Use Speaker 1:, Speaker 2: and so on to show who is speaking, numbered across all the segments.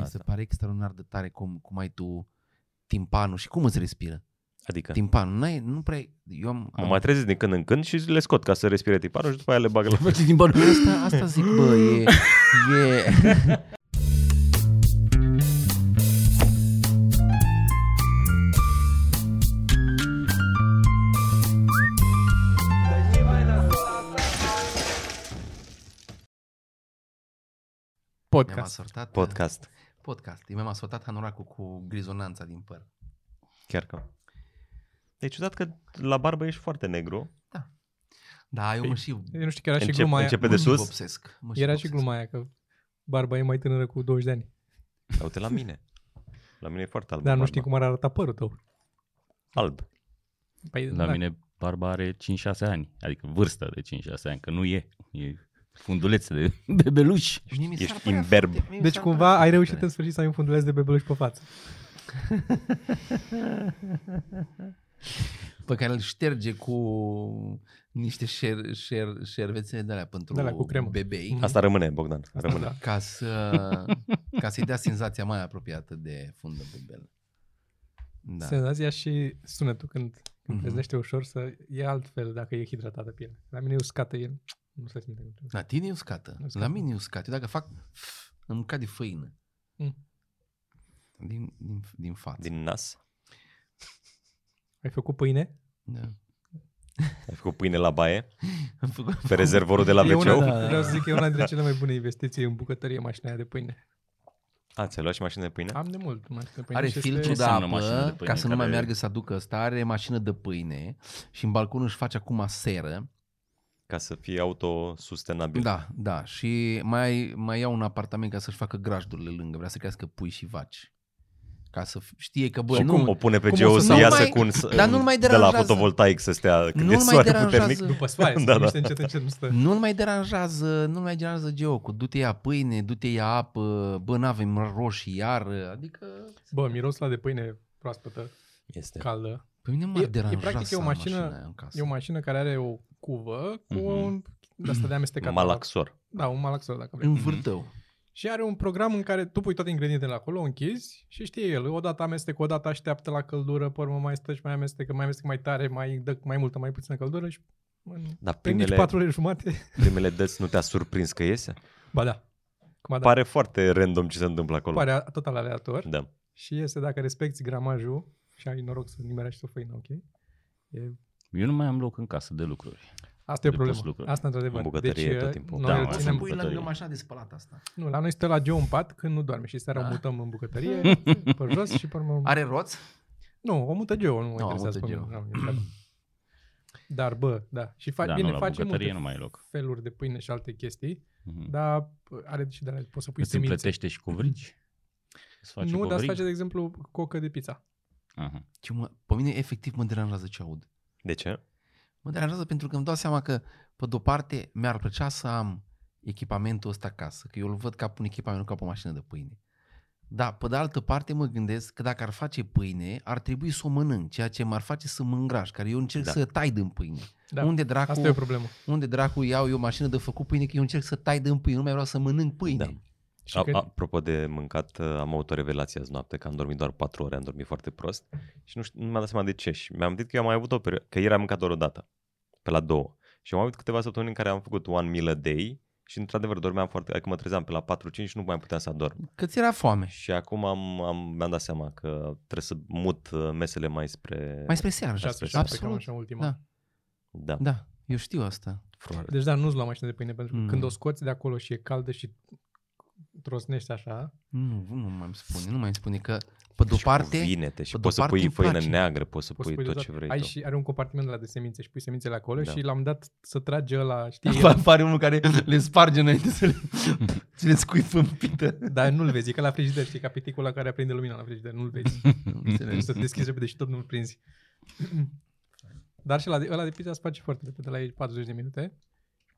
Speaker 1: asta.
Speaker 2: se pare extraordinar de tare cum, cum ai tu timpanul și cum îți respiră
Speaker 1: Adică
Speaker 2: timpanul. N-ai, nu prea... Eu am,
Speaker 1: mă
Speaker 2: am-
Speaker 1: mai trezesc din când în când și le scot ca să respire tiparul și după aia le bag la
Speaker 3: Face din bani.
Speaker 2: Asta, asta zic, bă, e... e... Mi-am
Speaker 3: Podcast.
Speaker 2: asortat
Speaker 1: podcast.
Speaker 2: podcast. Mi-am asortat hanoracul cu grizonanța din păr.
Speaker 1: Chiar că. E Deci, ciudat că la barbă ești foarte negru.
Speaker 2: Da, eu
Speaker 3: Păi,
Speaker 2: mă și, mă
Speaker 3: Eu nu știu că era și
Speaker 1: Încep-
Speaker 3: gluma aia.
Speaker 1: începe
Speaker 2: și
Speaker 1: de sus.
Speaker 2: vopsesc. Mă
Speaker 3: Era și
Speaker 2: vopsesc.
Speaker 3: gluma aia că barba e mai tânără cu 20 de ani.
Speaker 1: Ia Uite la mine. La mine e foarte alb.
Speaker 3: Dar nu
Speaker 1: barba.
Speaker 3: știi cum ar arăta părul tău.
Speaker 1: Alb.
Speaker 3: Păi,
Speaker 4: La mine barba are 5-6 ani, adică vârsta de 5-6 ani, că nu e. E funduleț de bebeluș.
Speaker 2: Și mie mi s-ar
Speaker 1: Ești
Speaker 2: părea
Speaker 1: imberb.
Speaker 2: foarte- mie mi
Speaker 3: Deci
Speaker 2: s-ar
Speaker 3: cumva
Speaker 2: părea
Speaker 3: ai
Speaker 2: foarte
Speaker 3: reușit în sfârșit să ai un funduleț de bebeluș pe față.
Speaker 2: tare. Pe care îl șterge cu niște șer, șer, șervețele de alea pentru
Speaker 3: De alea cu cremă.
Speaker 2: bebei.
Speaker 1: Asta rămâne, Bogdan. Rămâne.
Speaker 3: Da.
Speaker 2: Ca, să, ca să-i dea senzația mai apropiată de fundă bebel. Da.
Speaker 3: Senzația și sunetul când, când
Speaker 2: Mhm.
Speaker 3: treznește ușor să e altfel dacă e hidratată pielea. La mine e uscată, e... nu se simte. cum trebuie.
Speaker 2: La tine e uscată.
Speaker 3: Uscată.
Speaker 2: La mine e uscată. Eu dacă fac... Îmi cade făină.
Speaker 3: Mm.
Speaker 2: Din, din, din față.
Speaker 1: Din nas.
Speaker 3: Ai făcut pâine?
Speaker 2: Da.
Speaker 1: Ai făcut pâine la baie.
Speaker 2: Am făcut...
Speaker 1: Pe rezervorul de la
Speaker 3: e
Speaker 1: wc
Speaker 3: una,
Speaker 2: Da, da, da.
Speaker 3: Vreau să zic că e una dintre cele mai bune investiții în bucătărie mașina aia de pâine.
Speaker 1: A, ți-ai luat și mașină de pâine?
Speaker 2: Da.
Speaker 3: Am de mult mașină de pâine.
Speaker 2: Are
Speaker 3: și
Speaker 2: filtru
Speaker 3: este-
Speaker 2: de
Speaker 4: înseamnă mașină de
Speaker 2: apă
Speaker 4: pâine
Speaker 2: ca să nu mai
Speaker 4: care-
Speaker 2: meargă să aducă asta. Are mașină de pâine și în balcon își face acum seră.
Speaker 1: Ca să fie autosustenabil.
Speaker 2: Da, da. Și mai, mai ia un apartament ca să-și facă grajdurile lângă. Vrea să crească pui și vaci. Ca să f- știe că, bă,
Speaker 1: și
Speaker 2: nu,
Speaker 1: cum o pune pe
Speaker 2: cum o
Speaker 1: geo
Speaker 2: să-
Speaker 1: să
Speaker 2: nu
Speaker 1: iasă
Speaker 2: mai-
Speaker 1: cu un,
Speaker 2: dar nu-l mai
Speaker 1: de la
Speaker 2: deranjează.
Speaker 1: fotovoltaic să stea cât
Speaker 2: Nu-l
Speaker 1: de
Speaker 2: mai
Speaker 1: soare
Speaker 2: deranjează.
Speaker 1: puternic.
Speaker 3: După sfoaie,
Speaker 1: Da,
Speaker 3: da,
Speaker 1: da.
Speaker 3: da. încet, încet, nu stă.
Speaker 2: Nu-l mai deranjează, nu-l mai deranjează geo cu du-te ia pâine, du-te ia apă, bă, n-avem roșii iar, adică...
Speaker 3: Bă, mirosul ăla de pâine proaspătă,
Speaker 1: Este.
Speaker 3: caldă.
Speaker 2: Pe mine
Speaker 3: E-
Speaker 2: mă
Speaker 3: e
Speaker 2: deranja
Speaker 3: practic e o
Speaker 2: să am
Speaker 3: mașină-
Speaker 2: mașina aia în casă.
Speaker 3: E o mașină care are o cuvă cu
Speaker 1: Mhm.
Speaker 3: un... De asta de amestecat.
Speaker 1: Malaxor.
Speaker 3: Da, un malaxor, dacă vrei.
Speaker 2: În vârtău.
Speaker 3: Și are un program în care tu pui toate ingredientele acolo, o închizi și știe el. Odată amestec, odată așteaptă la căldură, pe urmă mai stă și mai amestecă, mai amestec mai tare, mai dă mai multă, mai puțină căldură și în
Speaker 1: Dar
Speaker 3: pe nici
Speaker 1: primele,
Speaker 3: 4 ore jumate.
Speaker 1: primele dăți nu te-a surprins că iese?
Speaker 3: Ba da. Cum a dat.
Speaker 1: Pare foarte random ce se întâmplă acolo.
Speaker 3: Pare total aleator
Speaker 1: Da.
Speaker 3: și este dacă respecti gramajul și ai noroc să nimerești o făină, ok? E,
Speaker 4: Eu nu mai am loc în casă de lucruri.
Speaker 3: asta e o
Speaker 4: De pus
Speaker 3: problemă.
Speaker 4: lucruri.
Speaker 3: Asta într-adevăr.
Speaker 1: În bucătărie
Speaker 3: deci,
Speaker 1: tot timpul.
Speaker 3: Noi
Speaker 4: Da,
Speaker 3: îl
Speaker 4: mă,
Speaker 2: Să
Speaker 3: ținem,
Speaker 4: în
Speaker 2: pui lângă
Speaker 4: bucătărie.
Speaker 2: mașina de spălat asta.
Speaker 3: nu, la noi stă la Joe în pat când nu doarme și seara
Speaker 2: Da.
Speaker 3: da. mutăm în bucătărie, pe jos și pe urmă
Speaker 2: Are roți?
Speaker 3: Nu, o mută Geo, nu mă
Speaker 2: o
Speaker 3: interesează
Speaker 2: mută
Speaker 3: pe
Speaker 2: Geo.
Speaker 3: mine. nu, e treaba. Dar bă, da. Și fa-
Speaker 4: Da,
Speaker 3: bine,
Speaker 4: nu, la
Speaker 3: face
Speaker 4: bucătărie
Speaker 3: multe
Speaker 4: nu mai e loc.
Speaker 3: feluri de pâine și alte chestii,
Speaker 4: Mhm.
Speaker 3: dar bă, are și de la poți să pui
Speaker 4: Îți îmi
Speaker 3: semințe.
Speaker 4: plătește și covrigi? Îți face
Speaker 3: Nu, dar îți
Speaker 4: covrigi?
Speaker 3: face, de exemplu, cocă de pizza.
Speaker 4: Aha.
Speaker 2: Ce mă, pe mine efectiv mă deranjează ce aud.
Speaker 1: De ce?
Speaker 2: Mă deranjează pentru că îmi dau seama că, pe de-o parte, mi-ar plăcea să am echipamentul ăsta acasă, că eu îl văd ca pe un echipament, nu ca pe o mașină de pâine. Dar, pe de altă parte, mă gândesc că dacă ar face pâine, ar trebui să o mănânc, ceea ce m-ar face să mă îngraș, care eu încerc
Speaker 1: Da.
Speaker 2: da. să tai din pâine.
Speaker 3: Da.
Speaker 2: Da. Unde, dracu,
Speaker 3: Asta e o problemă.
Speaker 2: unde dracu iau eu mașină de făcut pâine, că eu încerc să tai din pâine, nu mai vreau să mănânc pâine.
Speaker 1: Da.
Speaker 2: Da.
Speaker 3: Și
Speaker 1: A,
Speaker 3: că-
Speaker 1: apropo de mâncat, am avut o revelație azi noapte, că am dormit doar 4 ore, am dormit foarte prost și nu, știu, nu mi-am dat seama de ce. Și mi-am amintit că eu am mai avut o perioadă, că ieri am mâncat doar o dată, pe la două. Și am avut câteva săptămâni în care am făcut one meal a day și într-adevăr dormeam foarte, adică mă trezeam pe la 4-5 și nu mai puteam să adorm.
Speaker 2: Că ți era foame.
Speaker 1: Și acum am, am, mi-am dat seama că trebuie să mut uh, mesele mai spre...
Speaker 2: Mai spre seară.
Speaker 3: șase,
Speaker 1: Absolut.
Speaker 3: șapte, cam
Speaker 2: Absolut.
Speaker 3: așa ultima.
Speaker 2: Da,
Speaker 1: Da.
Speaker 2: da, eu știu asta.
Speaker 1: Fro-
Speaker 3: Deci da, nu-ți lua mașină de pâine, pentru că
Speaker 2: Mm.
Speaker 3: când o scoți de acolo și e caldă și trosnești așa,
Speaker 2: Nu, nu mai îmi spune, nu mai îmi spune că,
Speaker 3: Deci
Speaker 2: pe de-o
Speaker 1: și cu
Speaker 2: parte,
Speaker 1: vinete și
Speaker 2: pe de-o
Speaker 1: poți să
Speaker 2: parte
Speaker 1: pui
Speaker 2: îmi
Speaker 1: făină
Speaker 2: place.
Speaker 1: neagră, poți să
Speaker 3: poți
Speaker 1: pui
Speaker 3: să
Speaker 1: tot
Speaker 3: de
Speaker 1: ce
Speaker 3: toate.
Speaker 1: vrei
Speaker 3: Ai
Speaker 1: tu.
Speaker 3: și are un compartiment la de semințe și pui semințele acolo
Speaker 1: Da.
Speaker 3: și l-am dat să trage ăla, știi,
Speaker 2: Pare unul care le sparge înainte să le, să le scuipă în pită.
Speaker 3: Dar nu-l vezi, e ca la frigider, știi, ca piticul ăla care aprinde lumina la frigider, nu-l vezi. Trebuie să te deschizi repede și tot nu-l prinzi. Dar și ăla de, ăla de pizza îți face foarte repede, la ei 40 de minute.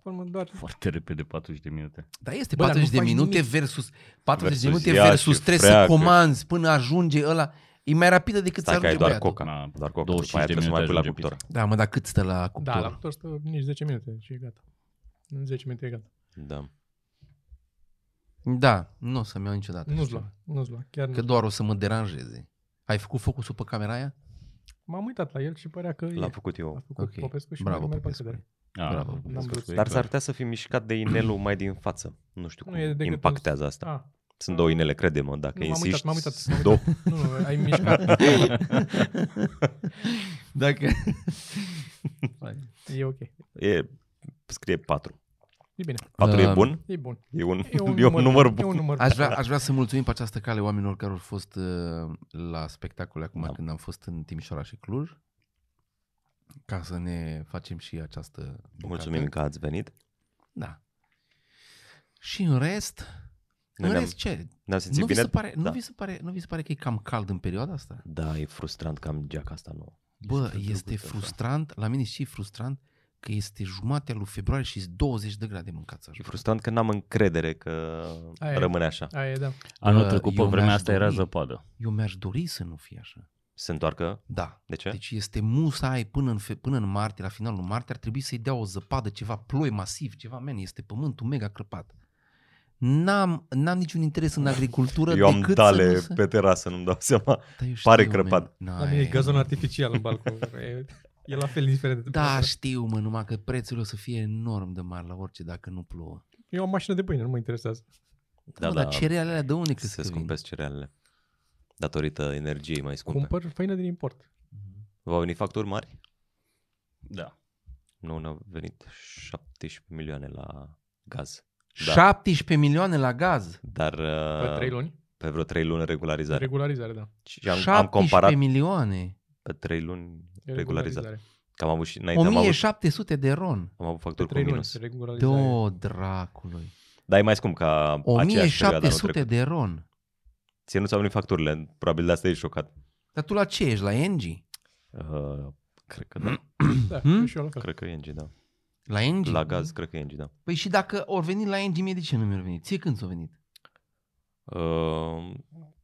Speaker 3: Pe urmă doar...
Speaker 4: Foarte repede, 40 de minute.
Speaker 2: Dar este
Speaker 3: Bă, dar
Speaker 2: 40
Speaker 3: nu
Speaker 2: de
Speaker 3: faci
Speaker 2: minute
Speaker 3: nimic.
Speaker 2: versus 40 de
Speaker 1: Versus
Speaker 2: minute
Speaker 1: ea
Speaker 2: versus
Speaker 1: și
Speaker 2: trebuie
Speaker 1: freacă.
Speaker 2: să comanzi până ajunge ăla. E mai rapidă decât să
Speaker 1: Stai că ai
Speaker 2: ajunge
Speaker 1: doar
Speaker 2: băiatul.
Speaker 1: coca,
Speaker 4: Na,
Speaker 1: doar coca, după
Speaker 4: 25
Speaker 1: aia
Speaker 4: de
Speaker 1: trebuie să mai
Speaker 4: minute
Speaker 1: pui la
Speaker 4: ajunge
Speaker 1: cuptor.
Speaker 2: Da, mă, dar cât stă la cuptor?
Speaker 3: Da, la cuptor stă nici 10 minute și e gata. În 10 minute e gata.
Speaker 1: Da.
Speaker 2: Da, nu o să-mi iau niciodată.
Speaker 3: Nu-ți
Speaker 2: știu.
Speaker 3: lua, nu-ți lua. Chiar
Speaker 2: Că
Speaker 3: nu.
Speaker 2: doar o să mă deranjeze. Ai făcut focusul pe camera aia?
Speaker 3: M-am uitat la el și părea că e.
Speaker 1: L-am făcut eu.
Speaker 3: A făcut
Speaker 2: Ok.
Speaker 3: Popescu și
Speaker 2: Bravo,
Speaker 3: mai departe
Speaker 2: Popescu.
Speaker 3: de el.
Speaker 4: A,
Speaker 2: Bravo,
Speaker 4: am
Speaker 3: l-am
Speaker 4: văzut.
Speaker 3: văzut.
Speaker 1: Dar s-ar putea să fi mișcat de inelul mai din față. Nu știu
Speaker 3: Nu
Speaker 1: cum
Speaker 3: e decât
Speaker 1: impactează asta.
Speaker 3: Ah,
Speaker 1: Sunt două inele, crede-mă, dacă
Speaker 3: nu, m-am uitat,
Speaker 1: insisti.
Speaker 3: m-am uitat. M-am
Speaker 1: Două.
Speaker 3: uitat. Nu, nu, ai mișcat.
Speaker 2: Dacă...
Speaker 3: E ok.
Speaker 1: E, scrie patru.
Speaker 3: E bine.
Speaker 1: Patru
Speaker 4: Da.
Speaker 2: Um,
Speaker 1: e bun?
Speaker 3: E bun.
Speaker 1: E un,
Speaker 3: E un,
Speaker 1: e un număr
Speaker 3: E
Speaker 1: bun.
Speaker 3: un număr bun.
Speaker 2: Aș vrea, aș vrea să mulțumim pe această cale oamenilor care au fost uh, la spectacole acum da.
Speaker 1: Da.
Speaker 2: când am fost în Timișoara și Cluj ca să ne facem și această bucată.
Speaker 1: Mulțumim că ați venit.
Speaker 2: Da. Și în rest, în
Speaker 1: Noi ne-am-
Speaker 2: rest ce?
Speaker 1: Ne-am simțit
Speaker 2: Nu vi,
Speaker 1: bine?
Speaker 2: se pare, nu,
Speaker 1: da.
Speaker 2: vi se pare, nu vi se pare că e cam cald în perioada asta?
Speaker 1: da, e frustrant că am geaca asta nouă.
Speaker 2: Bă,
Speaker 4: Este
Speaker 2: este,
Speaker 4: drăguț așa.
Speaker 2: frustrant, la mine e și frustrant că este jumatea lui februarie și 20 de grade mâncați
Speaker 1: E
Speaker 2: așa.
Speaker 1: frustrant că n-am încredere că
Speaker 3: Aia e.
Speaker 1: rămâne așa.
Speaker 3: Aia e, da.
Speaker 4: Anul
Speaker 2: Bă,
Speaker 4: trecut, pe
Speaker 2: eu
Speaker 4: vremea
Speaker 2: mi-aș
Speaker 4: asta, era
Speaker 2: dori.
Speaker 4: zăpadă.
Speaker 2: Eu mi-aș dori să nu fie așa.
Speaker 1: Se întoarcă?
Speaker 2: Da.
Speaker 1: De ce?
Speaker 2: Deci este musa până în, fe- până în martie, la finalul martie, ar trebui să-i dea o zăpadă, ceva ploi masiv, ceva, men, este pământul mega crăpat. N-am, n-am niciun interes în agricultură
Speaker 1: Eu am
Speaker 2: decât să nu
Speaker 1: dale
Speaker 2: se...
Speaker 1: pe terasă, nu-mi dau seama.
Speaker 2: Da, eu
Speaker 1: pare
Speaker 2: știu,
Speaker 1: crăpat.
Speaker 2: men.
Speaker 3: La mine e
Speaker 2: N-ai.
Speaker 3: gazon artificial în balcon. E, e la fel indiferent. de
Speaker 2: Da,
Speaker 3: temperatură.
Speaker 2: știu, mă, numai că prețul o să fie enorm de mare la orice dacă nu plouă.
Speaker 3: Eu am mașină de pâine, nu mă interesează.
Speaker 1: Da,
Speaker 2: mă,
Speaker 1: da,
Speaker 2: Dar cerealele alea de unde crezi
Speaker 1: se
Speaker 2: că vin?
Speaker 1: scumpesc cerealele. Datorită energiei mai scumpe.
Speaker 3: Cumpăr făină din import.
Speaker 1: V-au venit facturi mari?
Speaker 4: Da.
Speaker 1: Nu, ne-au venit 17 milioane la gaz. Da.
Speaker 2: 17 milioane la gaz.
Speaker 1: Dar
Speaker 3: Pe trei
Speaker 1: uh,
Speaker 3: luni.
Speaker 1: pe vreo 3 luni regularizare.
Speaker 3: Regularizare, da.
Speaker 1: și am, am
Speaker 2: 17
Speaker 1: comparat
Speaker 2: milioane.
Speaker 1: pe 3 luni regularizare. Că am avut și înainte, am avut,
Speaker 2: 1700 de ron.
Speaker 1: am avut
Speaker 3: Pe
Speaker 1: facturi cu
Speaker 3: trei luni.
Speaker 1: minus.
Speaker 3: Regularizare.
Speaker 2: Do, dracului.
Speaker 1: Dar e mai scump ca aceeași perioadă anul
Speaker 2: 1700
Speaker 1: trecut.
Speaker 2: de ron.
Speaker 1: Ție nu ți-au venit facturile, probabil de asta ești șocat.
Speaker 2: Dar tu la ce ești? La Engie?
Speaker 1: Uh, cred că da,
Speaker 3: Da,
Speaker 2: Hmm?
Speaker 3: și eu la fel.
Speaker 1: cred că e NG, da.
Speaker 2: La Engie?
Speaker 1: La gaz, cred că e NG, da.
Speaker 2: Păi și dacă ori venit la Engie, mie de ce nu mi-au venit? Ție când s-au venit?
Speaker 1: Uh,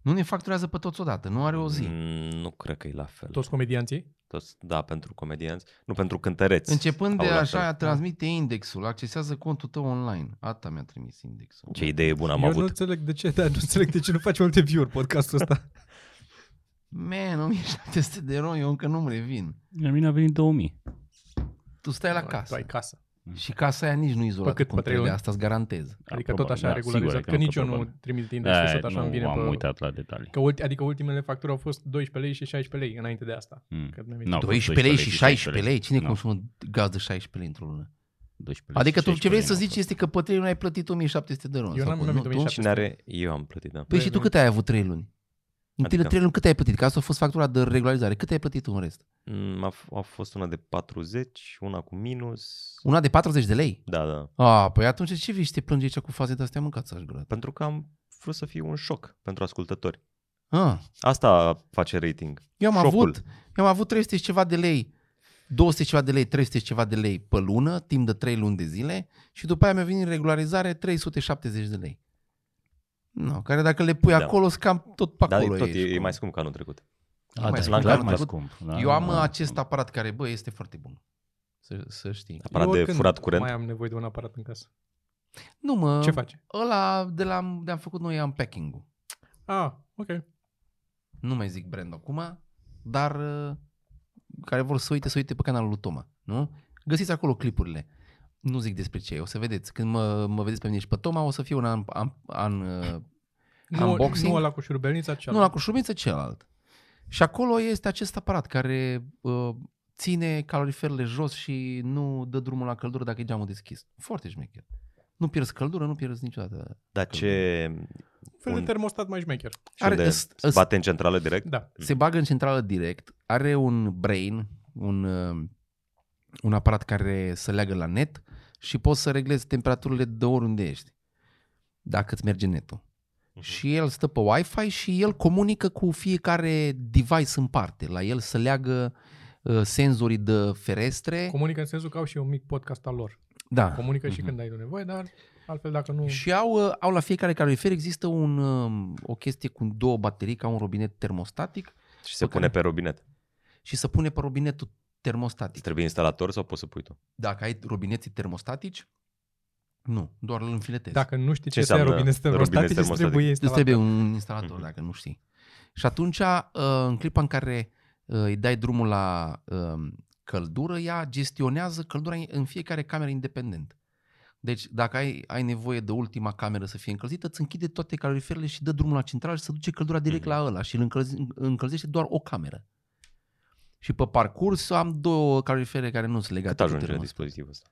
Speaker 2: Nu ne facturează pe toți odată, nu are o zi. Mm.
Speaker 1: mm, Nu cred că e la fel.
Speaker 3: Toți comedianții.
Speaker 1: Toți, da, pentru comedianți, nu pentru cântăreți.
Speaker 2: Începând de
Speaker 1: Au la
Speaker 2: așa,
Speaker 1: fel.
Speaker 2: transmite indexul, accesează contul tău online. Ata mi-a trimis indexul.
Speaker 1: Ce idee bună am
Speaker 3: eu nu
Speaker 1: avut.
Speaker 3: înțeleg de ce, dar nu înțeleg de ce nu faci multe view-uri podcastul ăsta.
Speaker 2: Man, 1700 de ron, eu încă nu-mi revin.
Speaker 4: La mine a venit 2000.
Speaker 2: Tu stai la
Speaker 3: Tu
Speaker 2: casă.
Speaker 3: ai casă.
Speaker 2: Și casa aia nici nu izolată
Speaker 3: cât?
Speaker 2: cum
Speaker 3: Pe trei
Speaker 2: trebuie,
Speaker 3: luni?
Speaker 2: asta îți garantez.
Speaker 3: Adică tot
Speaker 4: probabil,
Speaker 3: așa
Speaker 4: da,
Speaker 3: da, regularizat,
Speaker 4: sigur,
Speaker 3: că nici eu nu
Speaker 4: probabil.
Speaker 3: trimit din
Speaker 4: Da,
Speaker 3: deschis tot așa
Speaker 4: nu
Speaker 3: îmi vine
Speaker 4: am
Speaker 3: pe...
Speaker 4: uitat la detalii.
Speaker 3: Că ulti, adică ultimele facturi au fost 12 lei și 16 lei înainte de asta.
Speaker 4: Mm.
Speaker 3: Că mi-am
Speaker 4: N-au fost
Speaker 2: 12 lei și 16
Speaker 4: 16
Speaker 2: lei, cine
Speaker 4: Da.
Speaker 2: consumă gaz de 16 lei într-o lună?
Speaker 4: 12
Speaker 2: Adică
Speaker 4: și
Speaker 2: tu ce vrei
Speaker 4: 16
Speaker 2: să
Speaker 4: lei
Speaker 2: zici
Speaker 4: n-au
Speaker 2: este că pe 3 luni ai plătit 1700 de ron.
Speaker 3: Eu
Speaker 2: sau
Speaker 3: n-am-
Speaker 2: cum,
Speaker 3: n-am
Speaker 2: nu?
Speaker 3: venit 1700.
Speaker 1: Cine are? Eu am plătit, da.
Speaker 2: Păi
Speaker 3: Păi
Speaker 2: și tu
Speaker 3: nu-
Speaker 2: cât ai avut 3 luni? În adică...
Speaker 1: Adică-
Speaker 2: 3 luni cât ai plătit? Că asta a fost factura de regularizare. Cât ai plătit tu în rest?
Speaker 1: Mm, A, f- a fost una de 40, una cu minus.
Speaker 2: Una de 40 de lei?
Speaker 1: Da, da.
Speaker 2: A, păi atunci ce vii și te plângi aici cu faze de astea mâncați aș grat?
Speaker 1: Pentru că am vrut să fie un șoc pentru ascultători.
Speaker 2: Ah,
Speaker 1: Asta face rating.
Speaker 2: eu am
Speaker 1: Șocul.
Speaker 2: avut, eu am avut 300 și ceva de lei, 200 și ceva de lei, 300 și ceva de lei pe lună, timp de 3 luni de zile și după aia mi-a venit în regularizare 370 de lei. Nu, care dacă le pui
Speaker 1: Da.
Speaker 2: acolo, sunt cam tot pe
Speaker 1: Dar
Speaker 2: acolo.
Speaker 1: tot e,
Speaker 2: ești,
Speaker 1: e
Speaker 2: cum.
Speaker 1: mai scump ca anul trecut.
Speaker 2: Nu mai
Speaker 4: fost.
Speaker 1: scump,
Speaker 4: A, da, clar
Speaker 1: la
Speaker 4: mai
Speaker 2: anul
Speaker 4: scump. Da,
Speaker 2: Eu am
Speaker 4: da.
Speaker 1: Ah.
Speaker 2: acest aparat care, bă, este foarte bun. Să, să știi.
Speaker 1: Aparat
Speaker 3: Eu
Speaker 1: de
Speaker 3: oricând
Speaker 1: furat curent.
Speaker 3: Mai am nevoie de un aparat în casă.
Speaker 2: Nu mă,
Speaker 3: Ce face?
Speaker 2: ăla de la, de-am făcut noi unpacking-ul.
Speaker 3: Ah, ok.
Speaker 2: Nu mai zic brand acum, dar uh, care vor să uite, să uite pe canalul lui Toma, nu? Găsiți acolo clipurile. Nu zic despre ce, e, o să vedeți. Când mă, mă vedeți pe mine și pe Toma, o să fie un an, an, an uh,
Speaker 3: Nu,
Speaker 2: Unboxing?
Speaker 3: nu ăla cu șurubelnița,
Speaker 2: nu
Speaker 3: cealaltă.
Speaker 2: la cu șurubiță, celălalt. Și acolo este acest aparat care uh, ține caloriferele jos și nu dă drumul la căldură dacă e geamul deschis. Foarte șmecher. Nu pierzi căldură, nu pierzi niciodată.
Speaker 1: Dar ce...
Speaker 3: Un fel de
Speaker 1: un-
Speaker 3: termostat mai șmecher.
Speaker 1: Și
Speaker 2: Are-
Speaker 1: unde
Speaker 2: îs-
Speaker 1: se
Speaker 2: îs-
Speaker 1: bate în centrală direct?
Speaker 3: Da.
Speaker 2: se bagă în centrală direct, are un brain, un, uh, un aparat care să leagă la net și poți să reglezi temperaturile de oriunde ești, dacă îți merge netul. Și el stă pe Wi-Fi și el comunică cu fiecare device în parte. La el să leagă uh, senzorii de ferestre.
Speaker 3: Comunică în sensul că au și un mic podcast al lor.
Speaker 2: da.
Speaker 3: Comunică și
Speaker 4: Mhm.
Speaker 3: când ai tu nevoie, dar altfel dacă nu...
Speaker 2: Și au, uh, au la fiecare calorifer există un, uh, o chestie cu două baterii ca un robinet termostatic
Speaker 1: Și se
Speaker 2: Pe
Speaker 1: pune
Speaker 2: care-
Speaker 1: pe robinet.
Speaker 2: și să pune pe robinetul termostatic.
Speaker 1: Îți trebuie instalator sau poți să pui tu?
Speaker 2: dacă ai robineții termostatici, Nu, doar îl înfiletezi.
Speaker 3: Dacă nu știi
Speaker 1: Ce
Speaker 3: ce, ce
Speaker 1: înseamnă
Speaker 3: trebuie robinet termostat,
Speaker 1: robinet
Speaker 3: îți
Speaker 1: termostatic?
Speaker 3: trebuie
Speaker 2: Îți
Speaker 3: instalat.
Speaker 2: trebuie un instalator,
Speaker 1: Mhm.
Speaker 2: dacă nu știi. Și atunci, uh, în clipa în care uh, îi dai drumul la uh, căldură, ea gestionează căldura în fiecare cameră independent. Deci, dacă ai, ai nevoie de ultima cameră să fie încălzită, îți închide toate caloriferele și dă drumul la central și se duce căldura direct
Speaker 1: Mhm.
Speaker 2: la ăla și îl încălzi, încălzește doar o cameră. Și pe parcurs am două calorifere care nu sunt legate.
Speaker 1: Cât
Speaker 2: de
Speaker 1: ajunge
Speaker 2: termostat.
Speaker 1: dispozitivul ăsta?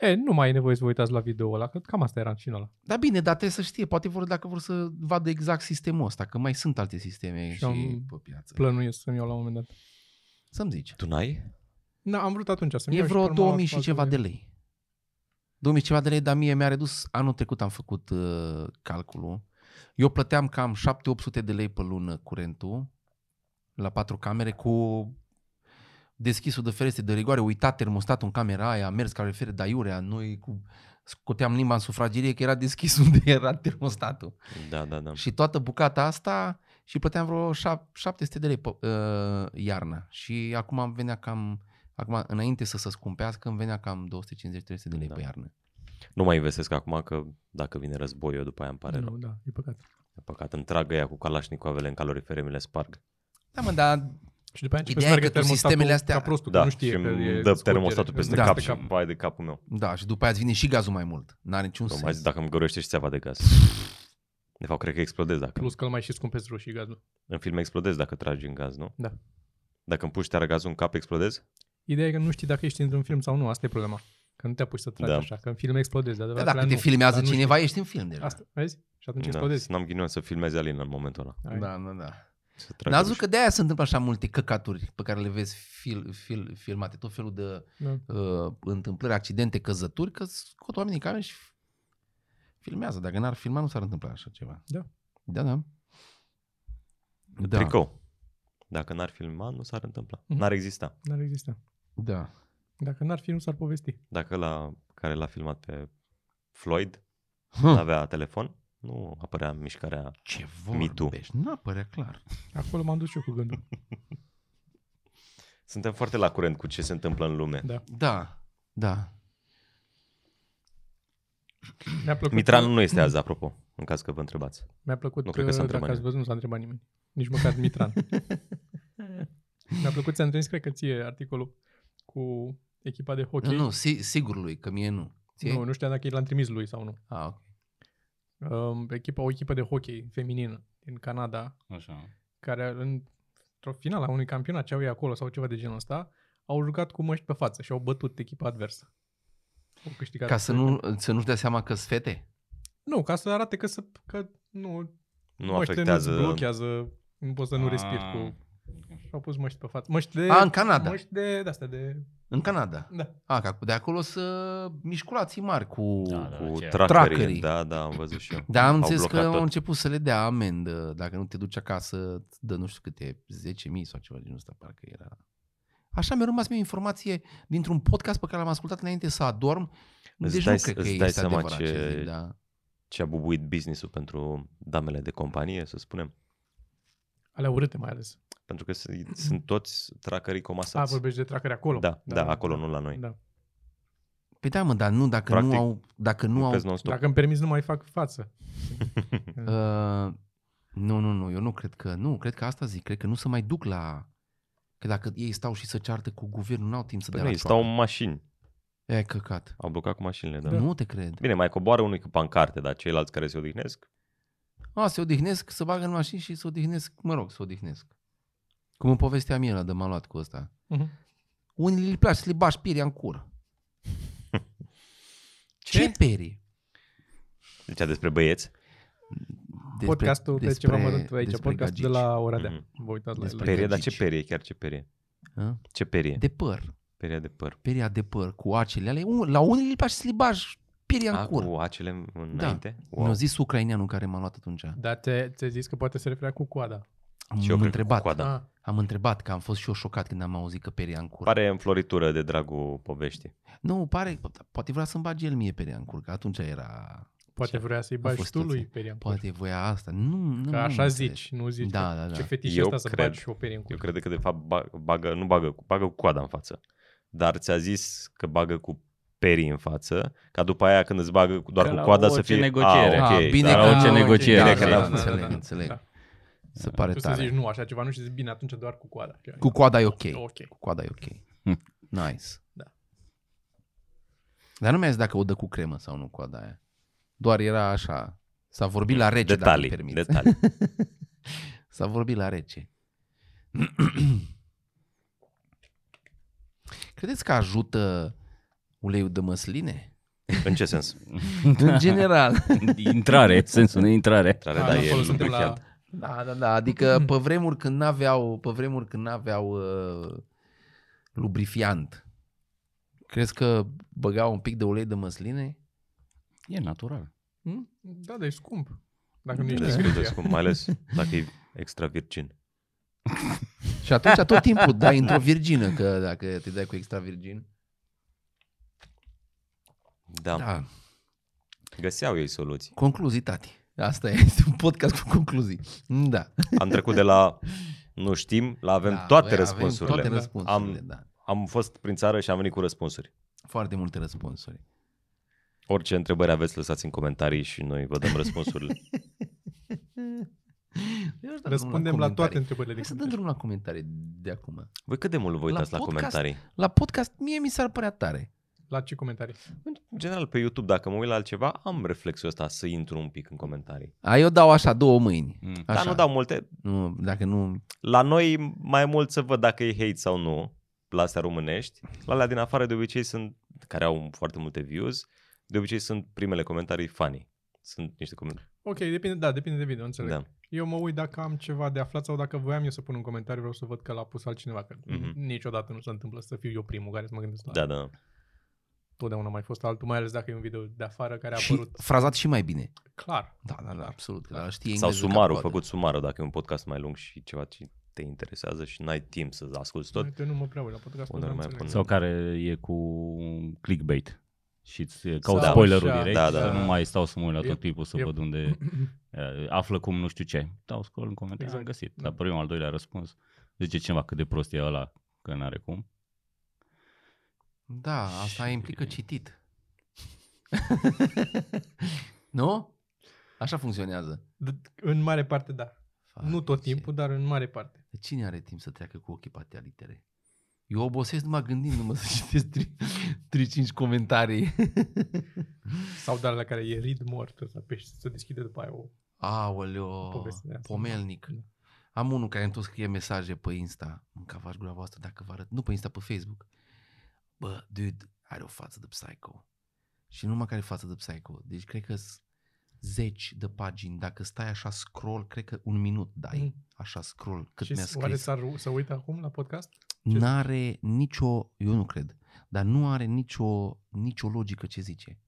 Speaker 3: E, nu mai e nevoie să vă uitați la video ăla, că cam asta era și în ăla.
Speaker 2: Dar bine, dar trebuie să știe, poate vor dacă vor să vadă exact sistemul ăsta, că mai sunt alte sisteme și,
Speaker 3: Și
Speaker 2: și
Speaker 3: am
Speaker 2: pe piață.
Speaker 3: Plănuiesc să-mi iau la un moment dat.
Speaker 2: Să-mi zici.
Speaker 1: Tu n-ai?
Speaker 3: Da, am vrut atunci să-mi
Speaker 2: E
Speaker 3: iau și
Speaker 2: vreo
Speaker 3: până m-am
Speaker 2: 2000 și
Speaker 3: luat
Speaker 2: ceva de
Speaker 3: altul.
Speaker 2: lei. 2000 și ceva de lei, dar mie mi-a redus, anul trecut am făcut uh, calculul. Eu plăteam cam 7-800 de lei pe lună curentul la patru camere cu deschisul de ferestre de rigoare, uitat termostatul în camera aia, a mers calorifere de aiurea, noi cu, scoteam limba în sufragerie că era deschis unde era termostatul.
Speaker 1: Da, da, da.
Speaker 2: Și toată bucata asta și plăteam vreo șap- 700 de lei pe, uh, iarna. Și acum îmi venea cam, acum înainte să se scumpească, îmi venea cam 250-300 de lei
Speaker 1: Da.
Speaker 2: da. pe iarnă.
Speaker 1: Nu mai investesc acum că dacă vine războiul, eu după aia îmi pare rău.
Speaker 3: Nu, da, e păcat.
Speaker 1: E păcat, întreagă ea cu calașnicoavele în calorifere, mi le sparg.
Speaker 2: Da, mă, dar
Speaker 3: Și după aia începe
Speaker 2: Ideea
Speaker 3: să
Speaker 2: e
Speaker 3: meargă
Speaker 2: că cu
Speaker 3: termostatul
Speaker 2: sistemele astea-
Speaker 3: ca prostul,
Speaker 1: Da,
Speaker 3: că nu știe
Speaker 1: și
Speaker 3: că
Speaker 1: îmi
Speaker 3: e
Speaker 1: dă
Speaker 3: scurgere,
Speaker 1: termostatul peste
Speaker 2: Da.
Speaker 1: cap
Speaker 2: Peste
Speaker 1: și vai de capul meu.
Speaker 2: da, și după aia îți vine și gazul mai mult. N-are niciun
Speaker 1: Nu,
Speaker 2: sens.
Speaker 1: mai zi dacă îmi găurește și țeava de gaz. De fapt, cred că explodez dacă...
Speaker 3: Plus că îl mai și scumpezi roșii gazul.
Speaker 1: În film explodez dacă tragi în gaz, nu?
Speaker 3: Da.
Speaker 1: Dacă îmi puși teara gazul în cap, explodez?
Speaker 3: Ideea e că nu știi dacă ești într-un film sau nu, asta e problema. Că nu te apuci să tragi
Speaker 1: Da.
Speaker 3: așa, că în film explodezi, dar de
Speaker 2: Da,
Speaker 3: altfel
Speaker 2: dacă te
Speaker 3: nu.
Speaker 2: filmează
Speaker 3: dar nu
Speaker 2: cineva, ești în film deja.
Speaker 3: Știi. Asta, vezi? Și atunci
Speaker 1: da,
Speaker 3: Deci explodezi.
Speaker 1: să n-am ghinion să filmeze Alina în momentul ăla.
Speaker 3: Hai.
Speaker 2: Da, da, da.
Speaker 1: Să
Speaker 2: N-ați
Speaker 1: trag roșu.
Speaker 2: văzut că de-aia se întâmplă așa multe căcaturi pe care le vezi fil, fil, filmate, tot felul de
Speaker 3: Da.
Speaker 2: uh, întâmplări, accidente, căzături, că scot oamenii care și filmează. Dacă n-ar filma, nu s-ar întâmpla așa ceva.
Speaker 3: Da.
Speaker 2: Da, da. Da,
Speaker 1: Tricou. Dacă n-ar filma, nu s-ar întâmpla.
Speaker 3: Mhm.
Speaker 1: N-ar exista.
Speaker 3: N-ar exista.
Speaker 2: da.
Speaker 3: Dacă n-ar fi, nu s-ar povesti.
Speaker 1: Dacă la care l-a filmat pe Floyd
Speaker 2: Hm.
Speaker 1: avea telefon, nu apărea mișcarea
Speaker 2: Ce
Speaker 1: Me Too.
Speaker 2: vorbești? Nu apărea clar.
Speaker 3: Acolo m-am dus și eu cu gândul.
Speaker 1: Suntem foarte la curent cu ce se întâmplă în lume.
Speaker 3: Da.
Speaker 2: Da, da.
Speaker 3: Mi-a plăcut,
Speaker 1: Mitran nu este azi, apropo, în caz că vă întrebați.
Speaker 3: mi-a plăcut uh,
Speaker 1: nu cred că s-a întrebat
Speaker 3: dacă ați
Speaker 1: nimeni.
Speaker 3: văzut, nu s-a întrebat nimeni. Nici măcar Mitran. mi-a plăcut, ți-am trimis, cred că ție, articolul cu echipa de
Speaker 2: Okay.
Speaker 3: hockey.
Speaker 2: Nu, nu, si, sigur lui, că mie nu. Ție?
Speaker 3: nu, nu știam dacă i l-am trimis lui sau nu.
Speaker 2: Ah, ok.
Speaker 3: Um, echipa, o echipă de hockey feminină din Canada,
Speaker 4: Așa.
Speaker 3: care în, într-o finală a unui campionat ce au ei acolo sau ceva de genul ăsta, au jucat cu măști pe față și au bătut echipa adversă. Au câștigat.
Speaker 2: Ca să, nu, să nu-și dea seama că sunt fete?
Speaker 3: Nu, ca să arate că, să, că nu,
Speaker 1: Nu
Speaker 3: măștile
Speaker 1: afectează...
Speaker 3: Nu blochează, nu poți să nu respiri
Speaker 4: Ah.
Speaker 3: cu... Și au pus măști pe față. Măști de...
Speaker 2: A, Ah, în Canada.
Speaker 3: Măști de, de astea, de...
Speaker 2: În Canada.
Speaker 3: Da.
Speaker 2: A, că de acolo să mișculații mari cu...
Speaker 4: Da, da.
Speaker 1: cu
Speaker 4: Ce-
Speaker 1: trackerii.
Speaker 2: Trackerii.
Speaker 1: Da, da, am văzut și eu.
Speaker 2: Da, am
Speaker 1: Au
Speaker 2: înțeles că
Speaker 1: blocat
Speaker 2: au
Speaker 1: tot.
Speaker 2: început să le dea amendă. Dacă nu te duci acasă, îți dă nu știu câte, 10.000 sau ceva din ăsta, parcă era. Așa mi-a rămas mie o informație dintr-un podcast pe care l-am ascultat înainte să adorm.
Speaker 1: Îți
Speaker 2: Deci
Speaker 1: dai-
Speaker 2: nu cred că
Speaker 1: îți dai
Speaker 2: este
Speaker 1: seama
Speaker 2: adevărat ce,
Speaker 1: ce-
Speaker 2: zic, da.
Speaker 1: Ce a bubuit business-ul pentru damele de companie, să spunem.
Speaker 3: Alea urâte mai ales.
Speaker 1: Pentru că s- sunt toți trackerii
Speaker 3: A,
Speaker 1: comasați.
Speaker 3: vorbești de tracări acolo.
Speaker 1: Da, da, acolo, nu la noi.
Speaker 3: Da.
Speaker 2: Păi da, mă, dar nu, dacă
Speaker 1: Practic,
Speaker 2: nu au... Dacă nu
Speaker 1: Nu
Speaker 2: au
Speaker 1: au... non-stop.
Speaker 3: Dacă îmi permiți, nu mai fac față.
Speaker 2: Uh, nu, nu, nu, eu nu cred că, nu, cred că asta zic, cred că nu se mai duc la... Că dacă ei stau și se ceartă cu guvernul, n-au timp să
Speaker 1: Păi
Speaker 2: dea
Speaker 1: nu,
Speaker 2: la
Speaker 1: stau
Speaker 2: stau...
Speaker 1: în mașini.
Speaker 2: E căcat.
Speaker 1: Au blocat cu mașinile, da.
Speaker 2: Da. Nu te cred.
Speaker 1: Bine, mai coboară unui cu pancarte, dar ceilalți care se odihnesc,
Speaker 2: A, se odihnesc, se bagă în mașini și se odihnesc, mă rog, se odihnesc. Cum în povestea mie ăla de m-a luat cu ăsta.
Speaker 3: Mhm.
Speaker 2: Unii le place să le bași pirea în cur. Ce, Ce perii?
Speaker 1: zicea despre băieți.
Speaker 2: Despre-
Speaker 3: Podcastul de ceva mărunt aici,
Speaker 2: despre
Speaker 3: podcastul de
Speaker 2: gagici.
Speaker 3: la Oradea.
Speaker 1: Mhm.
Speaker 3: Vă uitați la el.
Speaker 2: Despre-
Speaker 1: Perie, dar
Speaker 2: gagici.
Speaker 1: ce perie? Chiar ce perie?
Speaker 2: Hă?
Speaker 1: Ce perie?
Speaker 2: De păr.
Speaker 1: Peria de păr.
Speaker 2: Peria de păr cu acele alea. Un- La unii le place să le bași pirea în
Speaker 1: A,
Speaker 2: cur.
Speaker 1: cu acele în- înainte?
Speaker 2: Wow. Mi-a zis ucraineanul care m-a luat atunci.
Speaker 3: Dar te, ți-ai zis că poate se referea cu coada.
Speaker 2: Am
Speaker 1: Și eu cred că
Speaker 2: întrebat,
Speaker 1: cu coada.
Speaker 3: Ah,
Speaker 2: am întrebat că am fost și eu șocat când am auzit că peria în cur. Pare...
Speaker 1: Pare înfloritură de dragul poveștii.
Speaker 2: Nu, pare, poate vrea să-mi bage el mie peria în cur, că atunci era,
Speaker 3: poate vrea să-i
Speaker 2: A
Speaker 3: bagi
Speaker 2: fost
Speaker 3: tu lui
Speaker 2: toți.
Speaker 3: peria în cur.
Speaker 2: poate voia asta. Nu, nu,
Speaker 3: Că
Speaker 2: nu
Speaker 3: așa
Speaker 2: înțeleg.
Speaker 3: zici, nu zici
Speaker 2: Da,
Speaker 3: că
Speaker 2: da, da.
Speaker 3: ce fetiș
Speaker 1: Eu
Speaker 3: ăsta să
Speaker 1: cred-
Speaker 3: bagi și o perie în cur.
Speaker 1: Eu cred că de fapt ba- bagă, nu bagă, cu- bagă cu coada în față. Dar ți-a zis că bagă cu sperii în față, ca după aia când îți bagă cu- doar
Speaker 4: Ca
Speaker 1: cu
Speaker 4: la
Speaker 1: coada să
Speaker 4: orice
Speaker 1: fie...
Speaker 4: negociere.
Speaker 1: Ah,
Speaker 2: Ah,
Speaker 1: ok,
Speaker 2: bine
Speaker 1: dar
Speaker 2: că-
Speaker 1: au-
Speaker 4: la orice
Speaker 3: ok,
Speaker 4: negociere.
Speaker 1: Bine că
Speaker 3: da,
Speaker 1: l-am
Speaker 3: da, da,
Speaker 2: înțeleg,
Speaker 3: da, da.
Speaker 2: înțeleg.
Speaker 3: Da.
Speaker 2: Se
Speaker 4: Da.
Speaker 2: pare
Speaker 3: Tu să zici
Speaker 2: tare.
Speaker 3: nu așa ceva, nu și zici bine, atunci doar cu coada.
Speaker 2: Cu coada e ok.
Speaker 3: Ok.
Speaker 2: Cu coada e ok.
Speaker 4: Hm.
Speaker 2: Nice.
Speaker 3: Da.
Speaker 2: Dar nu mi-a zis dacă o dă cu cremă sau nu coada aia. Doar era așa. S-a vorbit la rece,
Speaker 1: Detalii,
Speaker 2: dacă îmi permiți.
Speaker 1: detalii.
Speaker 2: S-a vorbit la rece. Credeți că ajută uleiul de măsline?
Speaker 1: În ce sens?
Speaker 2: În general.
Speaker 4: Intrare, sensul de intrare.
Speaker 1: Intrare, da, e
Speaker 3: acolo suntem la-
Speaker 1: lubrifiant.
Speaker 2: Da, da, da. Adică pe vremuri când n-aveau, pe vremuri când n-aveau uh, lubrifiant, crezi că băgau un pic de ulei de măsline?
Speaker 4: E natural.
Speaker 2: Hm?
Speaker 3: Da, dar e scump. Dacă nu ești
Speaker 1: Bineînțeles
Speaker 3: în
Speaker 1: că
Speaker 3: Grecia.
Speaker 1: e scump, Mai ales dacă e extra virgin.
Speaker 2: Și atunci tot timpul dai într-o virgină, că dacă te dai cu extra virgin.
Speaker 1: Da. da.
Speaker 2: Da,
Speaker 1: Găseau ei soluții.
Speaker 2: concluzii, tati. Asta e, este un podcast cu concluzii. Da.
Speaker 1: Am trecut de la nu știm, la avem
Speaker 2: da,
Speaker 1: da, toate
Speaker 2: băi,
Speaker 1: răspunsurile.
Speaker 2: Avem toate
Speaker 3: Da.
Speaker 2: răspunsurile,
Speaker 1: Am-
Speaker 2: da.
Speaker 1: Am fost prin țară și am venit cu răspunsuri.
Speaker 2: Foarte multe răspunsuri.
Speaker 1: Orice întrebări aveți, lăsați în comentarii și noi vă dăm răspunsurile.
Speaker 2: Eu aș da drumul
Speaker 3: Răspundem la
Speaker 2: comentarii.
Speaker 3: toate întrebările.
Speaker 2: Hai să dăm drumul la comentarii de acum.
Speaker 1: Voi cât de mult vă
Speaker 2: La
Speaker 1: uitați la, la
Speaker 2: podcast?
Speaker 1: comentarii?
Speaker 2: La podcast mie mi s-ar părea tare.
Speaker 3: La ce comentarii?
Speaker 1: În general, pe YouTube, dacă mă uit la altceva, am reflexul ăsta să intru un pic în comentarii.
Speaker 2: A, eu dau așa două mâini.
Speaker 4: Mm.
Speaker 1: Așa.
Speaker 2: Așa.
Speaker 1: Dar nu dau multe.
Speaker 2: Nu, dacă nu...
Speaker 1: La noi mai mult să văd dacă e hate sau nu, la astea românești. La alea din afară de obicei sunt, care au foarte multe views, de obicei sunt primele comentarii funny. Sunt niște comentarii.
Speaker 3: Ok, depinde, da, depinde de video, înțeleg.
Speaker 1: Da.
Speaker 3: Eu mă uit dacă am ceva de aflat sau dacă voiam eu să pun un comentariu, vreau să văd că l-a pus altcineva, că
Speaker 1: Mhm.
Speaker 3: mm-hmm. niciodată nu se întâmplă să fiu eu primul care să mă gândesc la
Speaker 1: da, da.
Speaker 3: totdeauna a mai fost altul, mai ales dacă e un video de afară care a
Speaker 2: Și
Speaker 3: apărut
Speaker 2: frazat și mai bine.
Speaker 3: clar.
Speaker 2: Da, da, da, absolut. Că da, știe
Speaker 1: Sau
Speaker 2: engleză ca
Speaker 1: sumarul,
Speaker 2: coada.
Speaker 1: făcut sumarul, dacă e un podcast mai lung și ceva ce te interesează și n-ai timp să asculti tot.
Speaker 3: Tot? Eu nu mă prea uit la podcast,
Speaker 1: Unde
Speaker 3: nu
Speaker 1: mai
Speaker 3: înțeleg.
Speaker 1: pun?
Speaker 4: Sau care e cu clickbait și îți caut
Speaker 3: Sau
Speaker 4: spoilerul
Speaker 3: așa,
Speaker 4: direct
Speaker 1: da,
Speaker 4: da,
Speaker 1: da,
Speaker 4: da, să
Speaker 1: da.
Speaker 4: nu mai stau să mă uit la tot
Speaker 3: Yep,
Speaker 4: tipul să
Speaker 3: yep.
Speaker 4: văd unde uh, află cum nu știu ce. Dau scroll în comentarii,
Speaker 3: Exact.
Speaker 4: am găsit.
Speaker 3: Da.
Speaker 4: La primul, al doilea răspuns zice cineva cât de prost e ăla, că n-are cum.
Speaker 2: Da, asta
Speaker 4: Și-
Speaker 2: implică citit. nu? Așa funcționează.
Speaker 3: D- În mare parte da.
Speaker 2: Ah,
Speaker 3: Nu tot
Speaker 2: Face.
Speaker 3: timpul, dar în mare parte.
Speaker 2: Dar Cine are timp să treacă cu ochii pe atâtea litere? Eu obosesc numai gândind, numai să citesc 35 comentarii.
Speaker 3: Sau dar la care e read more, trebuie să apeși să deschide după aia o...
Speaker 2: Aoleo,
Speaker 3: Povestea asta.
Speaker 2: Oh, pomelnic. Am unul care îmi tot scrie mesaje pe Insta. Mâncavaș gura voastră dacă vă arăt. Nu pe Insta, pe Facebook. Bă, dude, are o față de psycho. Și nu numai care e față de psycho. Deci cred că zeci de pagini. Dacă stai așa scroll, cred că un minut dai.
Speaker 3: Mm.
Speaker 2: Așa scroll, cât
Speaker 3: Și
Speaker 2: mi-a
Speaker 3: s- oare
Speaker 2: scris.
Speaker 3: s-ar să uit acum la podcast? Ce-
Speaker 2: N-are nicio, eu nu cred, dar nu are nicio, nicio logică ce zice.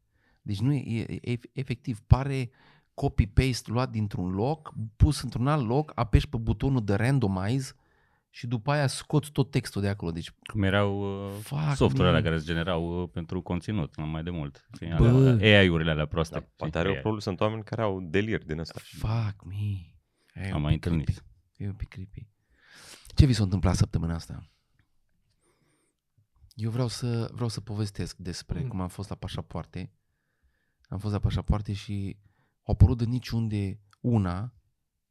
Speaker 2: Deci nu e, e, e efectiv, pare copy-paste luat dintr-un loc, pus într-un alt loc, apeși pe butonul de randomize și după aia scoți tot textul de acolo. Deci,
Speaker 4: Cum erau uh,
Speaker 2: Fuck
Speaker 4: software
Speaker 2: me.
Speaker 4: alea care îți generau uh, pentru conținut, nu mai de mult. Știi,
Speaker 2: Bă.
Speaker 4: alea- AI-urile alea
Speaker 1: Dar
Speaker 4: proaste.
Speaker 1: Da, poate
Speaker 4: știi?
Speaker 1: are o
Speaker 4: AI.
Speaker 1: problemă, sunt oameni care au delir din asta.
Speaker 2: fuck me. E
Speaker 4: Am
Speaker 2: un
Speaker 4: mai
Speaker 2: pic
Speaker 4: întâlnit.
Speaker 2: creepy. E un pic creepy. Ce vi s-a întâmplat săptămâna asta? Eu vreau să, vreau să povestesc despre
Speaker 3: Mm.
Speaker 2: cum am fost la pașapoarte. Am fost la pașapoarte și a apărut de niciunde una.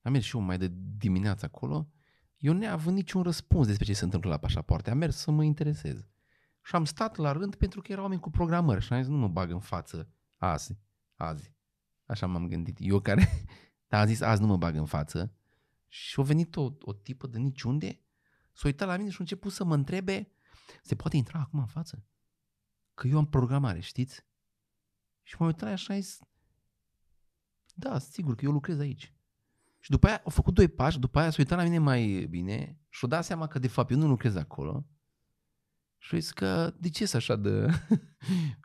Speaker 2: Am mers și eu mai de dimineață acolo. Eu neavând niciun răspuns despre ce se întâmplă la pașapoarte. Am mers să mă interesez. Și am stat la rând pentru că erau oameni cu programări și am zis nu mă bag în față azi. Azi. Așa m-am gândit. Eu care... Dar am zis azi nu mă bag în față. Și a venit o, o tipă de niciunde, s-a uitat la mine și a început să mă întrebe, se poate intra acum în față? Că eu am programare, știți? Și m-am uitat la ea și am zis, da, sigur că eu lucrez aici. Și după aia au făcut doi pași, după aia s-a uitat la mine mai bine și a dat seama că de fapt eu nu lucrez acolo. Și a zis că de ce să așa de,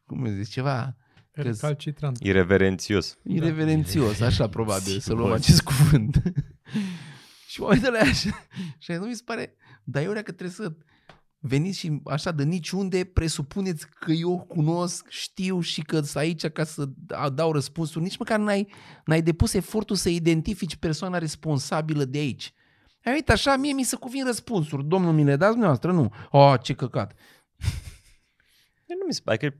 Speaker 2: cum îi zic, ceva Că-s-
Speaker 3: Recalcitrant.
Speaker 1: Ireverențios.
Speaker 2: Ireverențios, așa probabil, să luăm
Speaker 4: Ireverențios.
Speaker 2: acest cuvânt. și mă uit la ea așa, și a zis, nu mi se pare, dar eu că trebuie să veniți și așa de niciunde presupuneți că eu cunosc, știu și că sunt aici ca să dau răspunsuri. Nici măcar n-ai, n-ai depus efortul să identifici persoana responsabilă de aici. Ai uite așa, mie mi se cuvin răspunsuri. Domnul, mi le dați dumneavoastră? Nu. Oh, ce căcat.
Speaker 1: Nu Păi mi se pare că e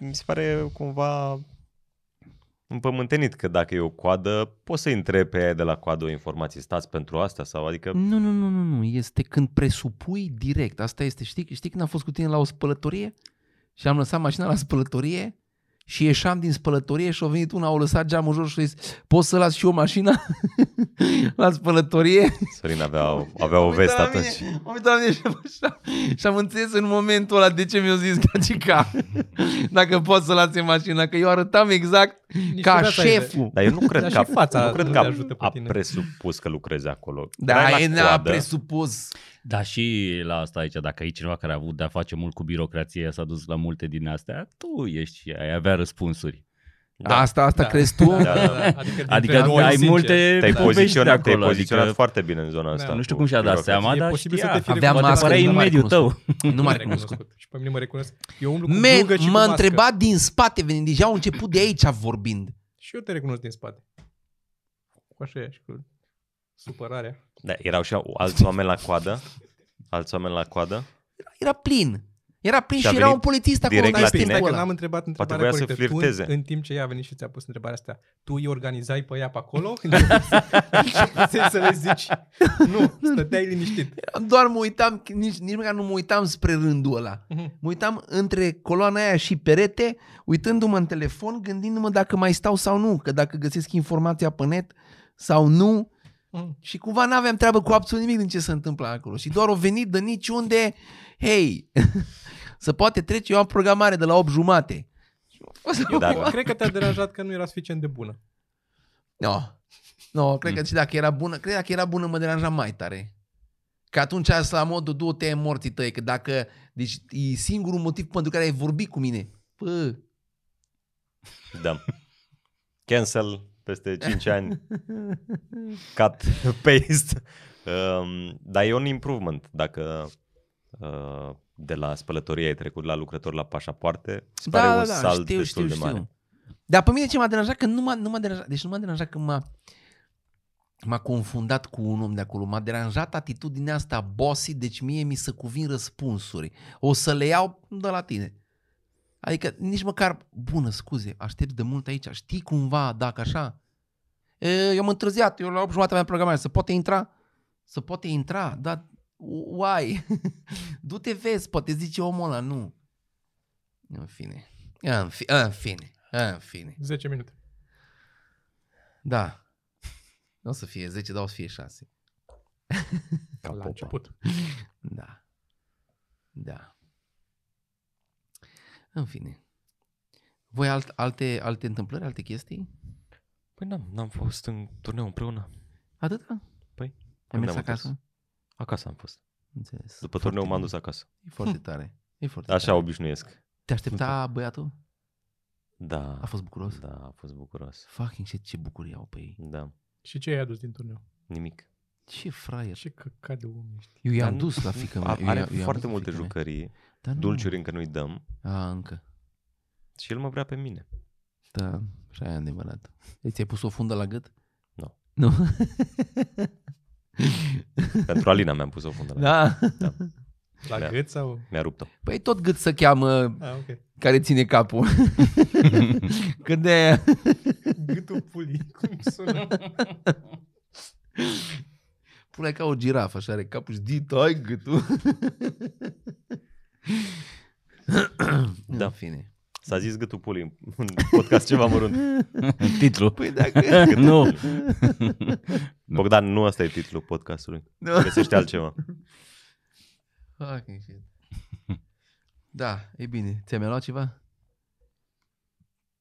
Speaker 1: mi se pare cumva împământenit că dacă e o coadă, poți să-i întrebi pe aia de la coadă o informație, stați pentru asta sau adică
Speaker 2: Nu, nu, nu, nu, nu. Este când presupui direct. Asta este, știi, știi când am fost cu tine la o spălătorie și am lăsat mașina la spălătorie și ieșeam din spălătorie și a venit una, au lăsat geamul jos și a zis, poți să las și eu mașina la spălătorie?
Speaker 1: Sorin avea, o- avea o
Speaker 2: Am uitat
Speaker 1: veste
Speaker 2: la mine,
Speaker 1: atunci.
Speaker 2: Am uitat la mine și am, așa, și am înțeles în momentul ăla de ce mi-a zis Gagica. Dacă pot să lase mașina, că eu arătam exact
Speaker 3: Nici
Speaker 2: ca
Speaker 3: nu vrea să ai idee.
Speaker 2: șeful.
Speaker 1: Dar eu nu cred
Speaker 3: Dar
Speaker 1: că, a-
Speaker 3: și fața
Speaker 1: nu cred
Speaker 3: nu
Speaker 1: că
Speaker 3: te
Speaker 1: a,
Speaker 3: ajută pe
Speaker 1: a
Speaker 3: tine.
Speaker 1: presupus că lucrezi acolo.
Speaker 2: Da,
Speaker 1: Erai
Speaker 2: e
Speaker 1: la
Speaker 2: n-a
Speaker 1: coadă.
Speaker 2: presupus.
Speaker 4: Dar și la asta aici, dacă e cineva care a avut de-a face mult cu birocrație, s-a dus la multe din astea, tu ești, ai avea răspunsuri.
Speaker 2: Da, asta, asta
Speaker 3: Da.
Speaker 2: crezi tu?
Speaker 1: Da, da, da.
Speaker 3: Adică,
Speaker 4: Adică
Speaker 3: dintre noi,
Speaker 4: ai
Speaker 3: sincer.
Speaker 4: multe
Speaker 1: Te-ai
Speaker 4: povești de
Speaker 1: poziționat,
Speaker 4: acolo.
Speaker 1: te-ai poziționat
Speaker 4: adică,
Speaker 1: foarte bine în
Speaker 3: Da,
Speaker 1: zona asta.
Speaker 4: nu știu
Speaker 1: cu
Speaker 4: cum și-a dat
Speaker 1: birocrație.
Speaker 4: seama,
Speaker 3: E
Speaker 4: dar
Speaker 3: posibil să
Speaker 4: știa,
Speaker 3: te fi
Speaker 2: Avea
Speaker 4: poate
Speaker 2: mască,
Speaker 4: părea
Speaker 2: nu
Speaker 4: în
Speaker 2: mai
Speaker 4: mediul tău.
Speaker 2: Nu
Speaker 3: mă
Speaker 2: m-a recunoscut.
Speaker 3: recunoscut. Și pe mine mă recunosc. Eu umblu cu
Speaker 2: Man,
Speaker 3: glugă și cu
Speaker 2: m-a
Speaker 3: mască.
Speaker 2: întrebat din spate, venind deja au început de aici vorbind.
Speaker 3: Și eu te recunosc din spate. Cu așa e, și cu supărarea.
Speaker 1: Da, erau și alți oameni la coadă. Alți oameni la coadă.
Speaker 2: Era plin. Era plin
Speaker 1: Și
Speaker 2: și,
Speaker 1: a
Speaker 2: era
Speaker 1: venit
Speaker 2: un polițist acolo
Speaker 1: direct
Speaker 2: în
Speaker 1: la
Speaker 2: acest
Speaker 1: tine?
Speaker 2: timpul
Speaker 3: Stai
Speaker 2: ăla.
Speaker 3: că adică n-am întrebat întrebarea
Speaker 1: voia să
Speaker 3: corectă.
Speaker 1: flirteze.
Speaker 3: Tu, în, în timp ce ea a venit și ți-a pus întrebarea asta, tu îi organizai pe ea pe acolo? Să să le zici. Nu, stăteai liniștit.
Speaker 2: Doar mă uitam, nici, nici măcar nu mă uitam spre rândul ăla.
Speaker 3: Mhm.
Speaker 2: Mă uitam între coloana aia și perete, uitându-mă în telefon, gândindu-mă dacă mai stau sau nu, că dacă găsesc informația pe net sau nu.
Speaker 3: Mhm.
Speaker 2: Și cumva n-aveam treabă cu absolut nimic din ce se întâmpla acolo. Și doar o venit de niciunde, hei, să poate trece, eu am programare de la 8 jumate.
Speaker 3: Eu
Speaker 1: Da,
Speaker 3: cred-
Speaker 1: da.
Speaker 3: cred că te-a deranjat că nu era suficient de bună.
Speaker 2: Nu, no. no, cred că și dacă era bună, cred că dacă era bună mă deranja mai tare. Că atunci asta la modul du-te în morții tăi, că dacă, deci e singurul motiv pentru care ai vorbit cu mine. Pă,
Speaker 1: Da. Cancel peste 5 ani. Cut, paste. Um, dar e un improvement dacă uh, de la spălătorie ai trecut la lucrător la pașapoarte. Se
Speaker 2: Da,
Speaker 1: pare un salt destul de mare.
Speaker 2: Dar pe mine ce m-a deranjat că nu m-a, nu m-a deranjat, deci nu m-a deranjat că m-a, m-a confundat cu un om de acolo, m-a deranjat atitudinea asta bossy, deci mie mi se cuvin răspunsuri. O să le iau de la tine. Adică nici măcar, bună, scuze, aștept de mult aici, știi cumva dacă așa? E, eu m-am întârziat, eu la 8 jumate aveam programare, să poate intra? Să poate intra, dar why? Du-te vezi, poate zice omul ăla, nu. În fine. În, fi, în fine, în fine.
Speaker 3: 10 minute.
Speaker 2: Da. Nu o să fie 10, dar o să fie 6.
Speaker 1: Ca
Speaker 3: La
Speaker 1: popa.
Speaker 3: început.
Speaker 2: Da. Da. În fine. Voi alt, alte, alte întâmplări, alte chestii?
Speaker 1: Păi n-am, n-am fost în turneu împreună.
Speaker 2: Atâta?
Speaker 1: Păi,
Speaker 2: Ai
Speaker 1: când
Speaker 2: mers
Speaker 1: ne-am întors?
Speaker 2: acasă?
Speaker 1: Acasă am fost.
Speaker 2: Înțeles.
Speaker 1: După turneu
Speaker 2: Foarte
Speaker 1: m-am dus
Speaker 2: bine.
Speaker 1: acasă.
Speaker 2: E foarte tare. E foarte
Speaker 1: Așa
Speaker 2: tare.
Speaker 1: obișnuiesc.
Speaker 2: Te aștepta băiatul?
Speaker 1: Da.
Speaker 2: A fost bucuros?
Speaker 1: Da, a fost bucuros.
Speaker 2: Fucking shit, ce bucurie au pe ei.
Speaker 1: Da.
Speaker 3: Și ce ai adus din turneu?
Speaker 1: Nimic.
Speaker 2: Ce fraier.
Speaker 3: Ce căcat de om ești.
Speaker 2: Eu
Speaker 1: Dar
Speaker 2: i-am
Speaker 1: nu-
Speaker 2: dus la fică mea.
Speaker 1: A-
Speaker 2: eu i-am-
Speaker 1: Are
Speaker 2: eu i-am dus
Speaker 1: foarte
Speaker 2: la
Speaker 1: multe
Speaker 2: fică mea.
Speaker 1: jucării,
Speaker 2: Dar nu.
Speaker 1: dulciuri încă nu-i dăm
Speaker 2: A, încă.
Speaker 1: și el mă vrea pe mine.
Speaker 2: Da, și aia e adevărat. Deci ți-ai pus o fundă la gât?
Speaker 1: Nu.
Speaker 2: Nu?
Speaker 1: Pentru Alina mi-am pus o fundă la
Speaker 2: da.
Speaker 3: La
Speaker 1: Da.
Speaker 3: gât sau...
Speaker 1: Mi-a rupt-o.
Speaker 2: Păi tot gât să cheamă
Speaker 3: Ah, ok.
Speaker 2: care ține capul. Cât de
Speaker 3: Gâtul pulii. Cum sună?
Speaker 2: Pune ca o girafă, așa are capul și dit, ai gâtul.
Speaker 1: Da.
Speaker 2: În fine.
Speaker 1: S-a zis gâtul pulii în- în podcast ceva mărunt.
Speaker 4: Titlu.
Speaker 2: Păi dacă...
Speaker 4: nu.
Speaker 1: Bogdan, nu asta e titlul podcastului.
Speaker 2: Nu.
Speaker 1: Găsește altceva.
Speaker 2: Fucking shit. Da, e bine. Ți-ai mai luat ceva?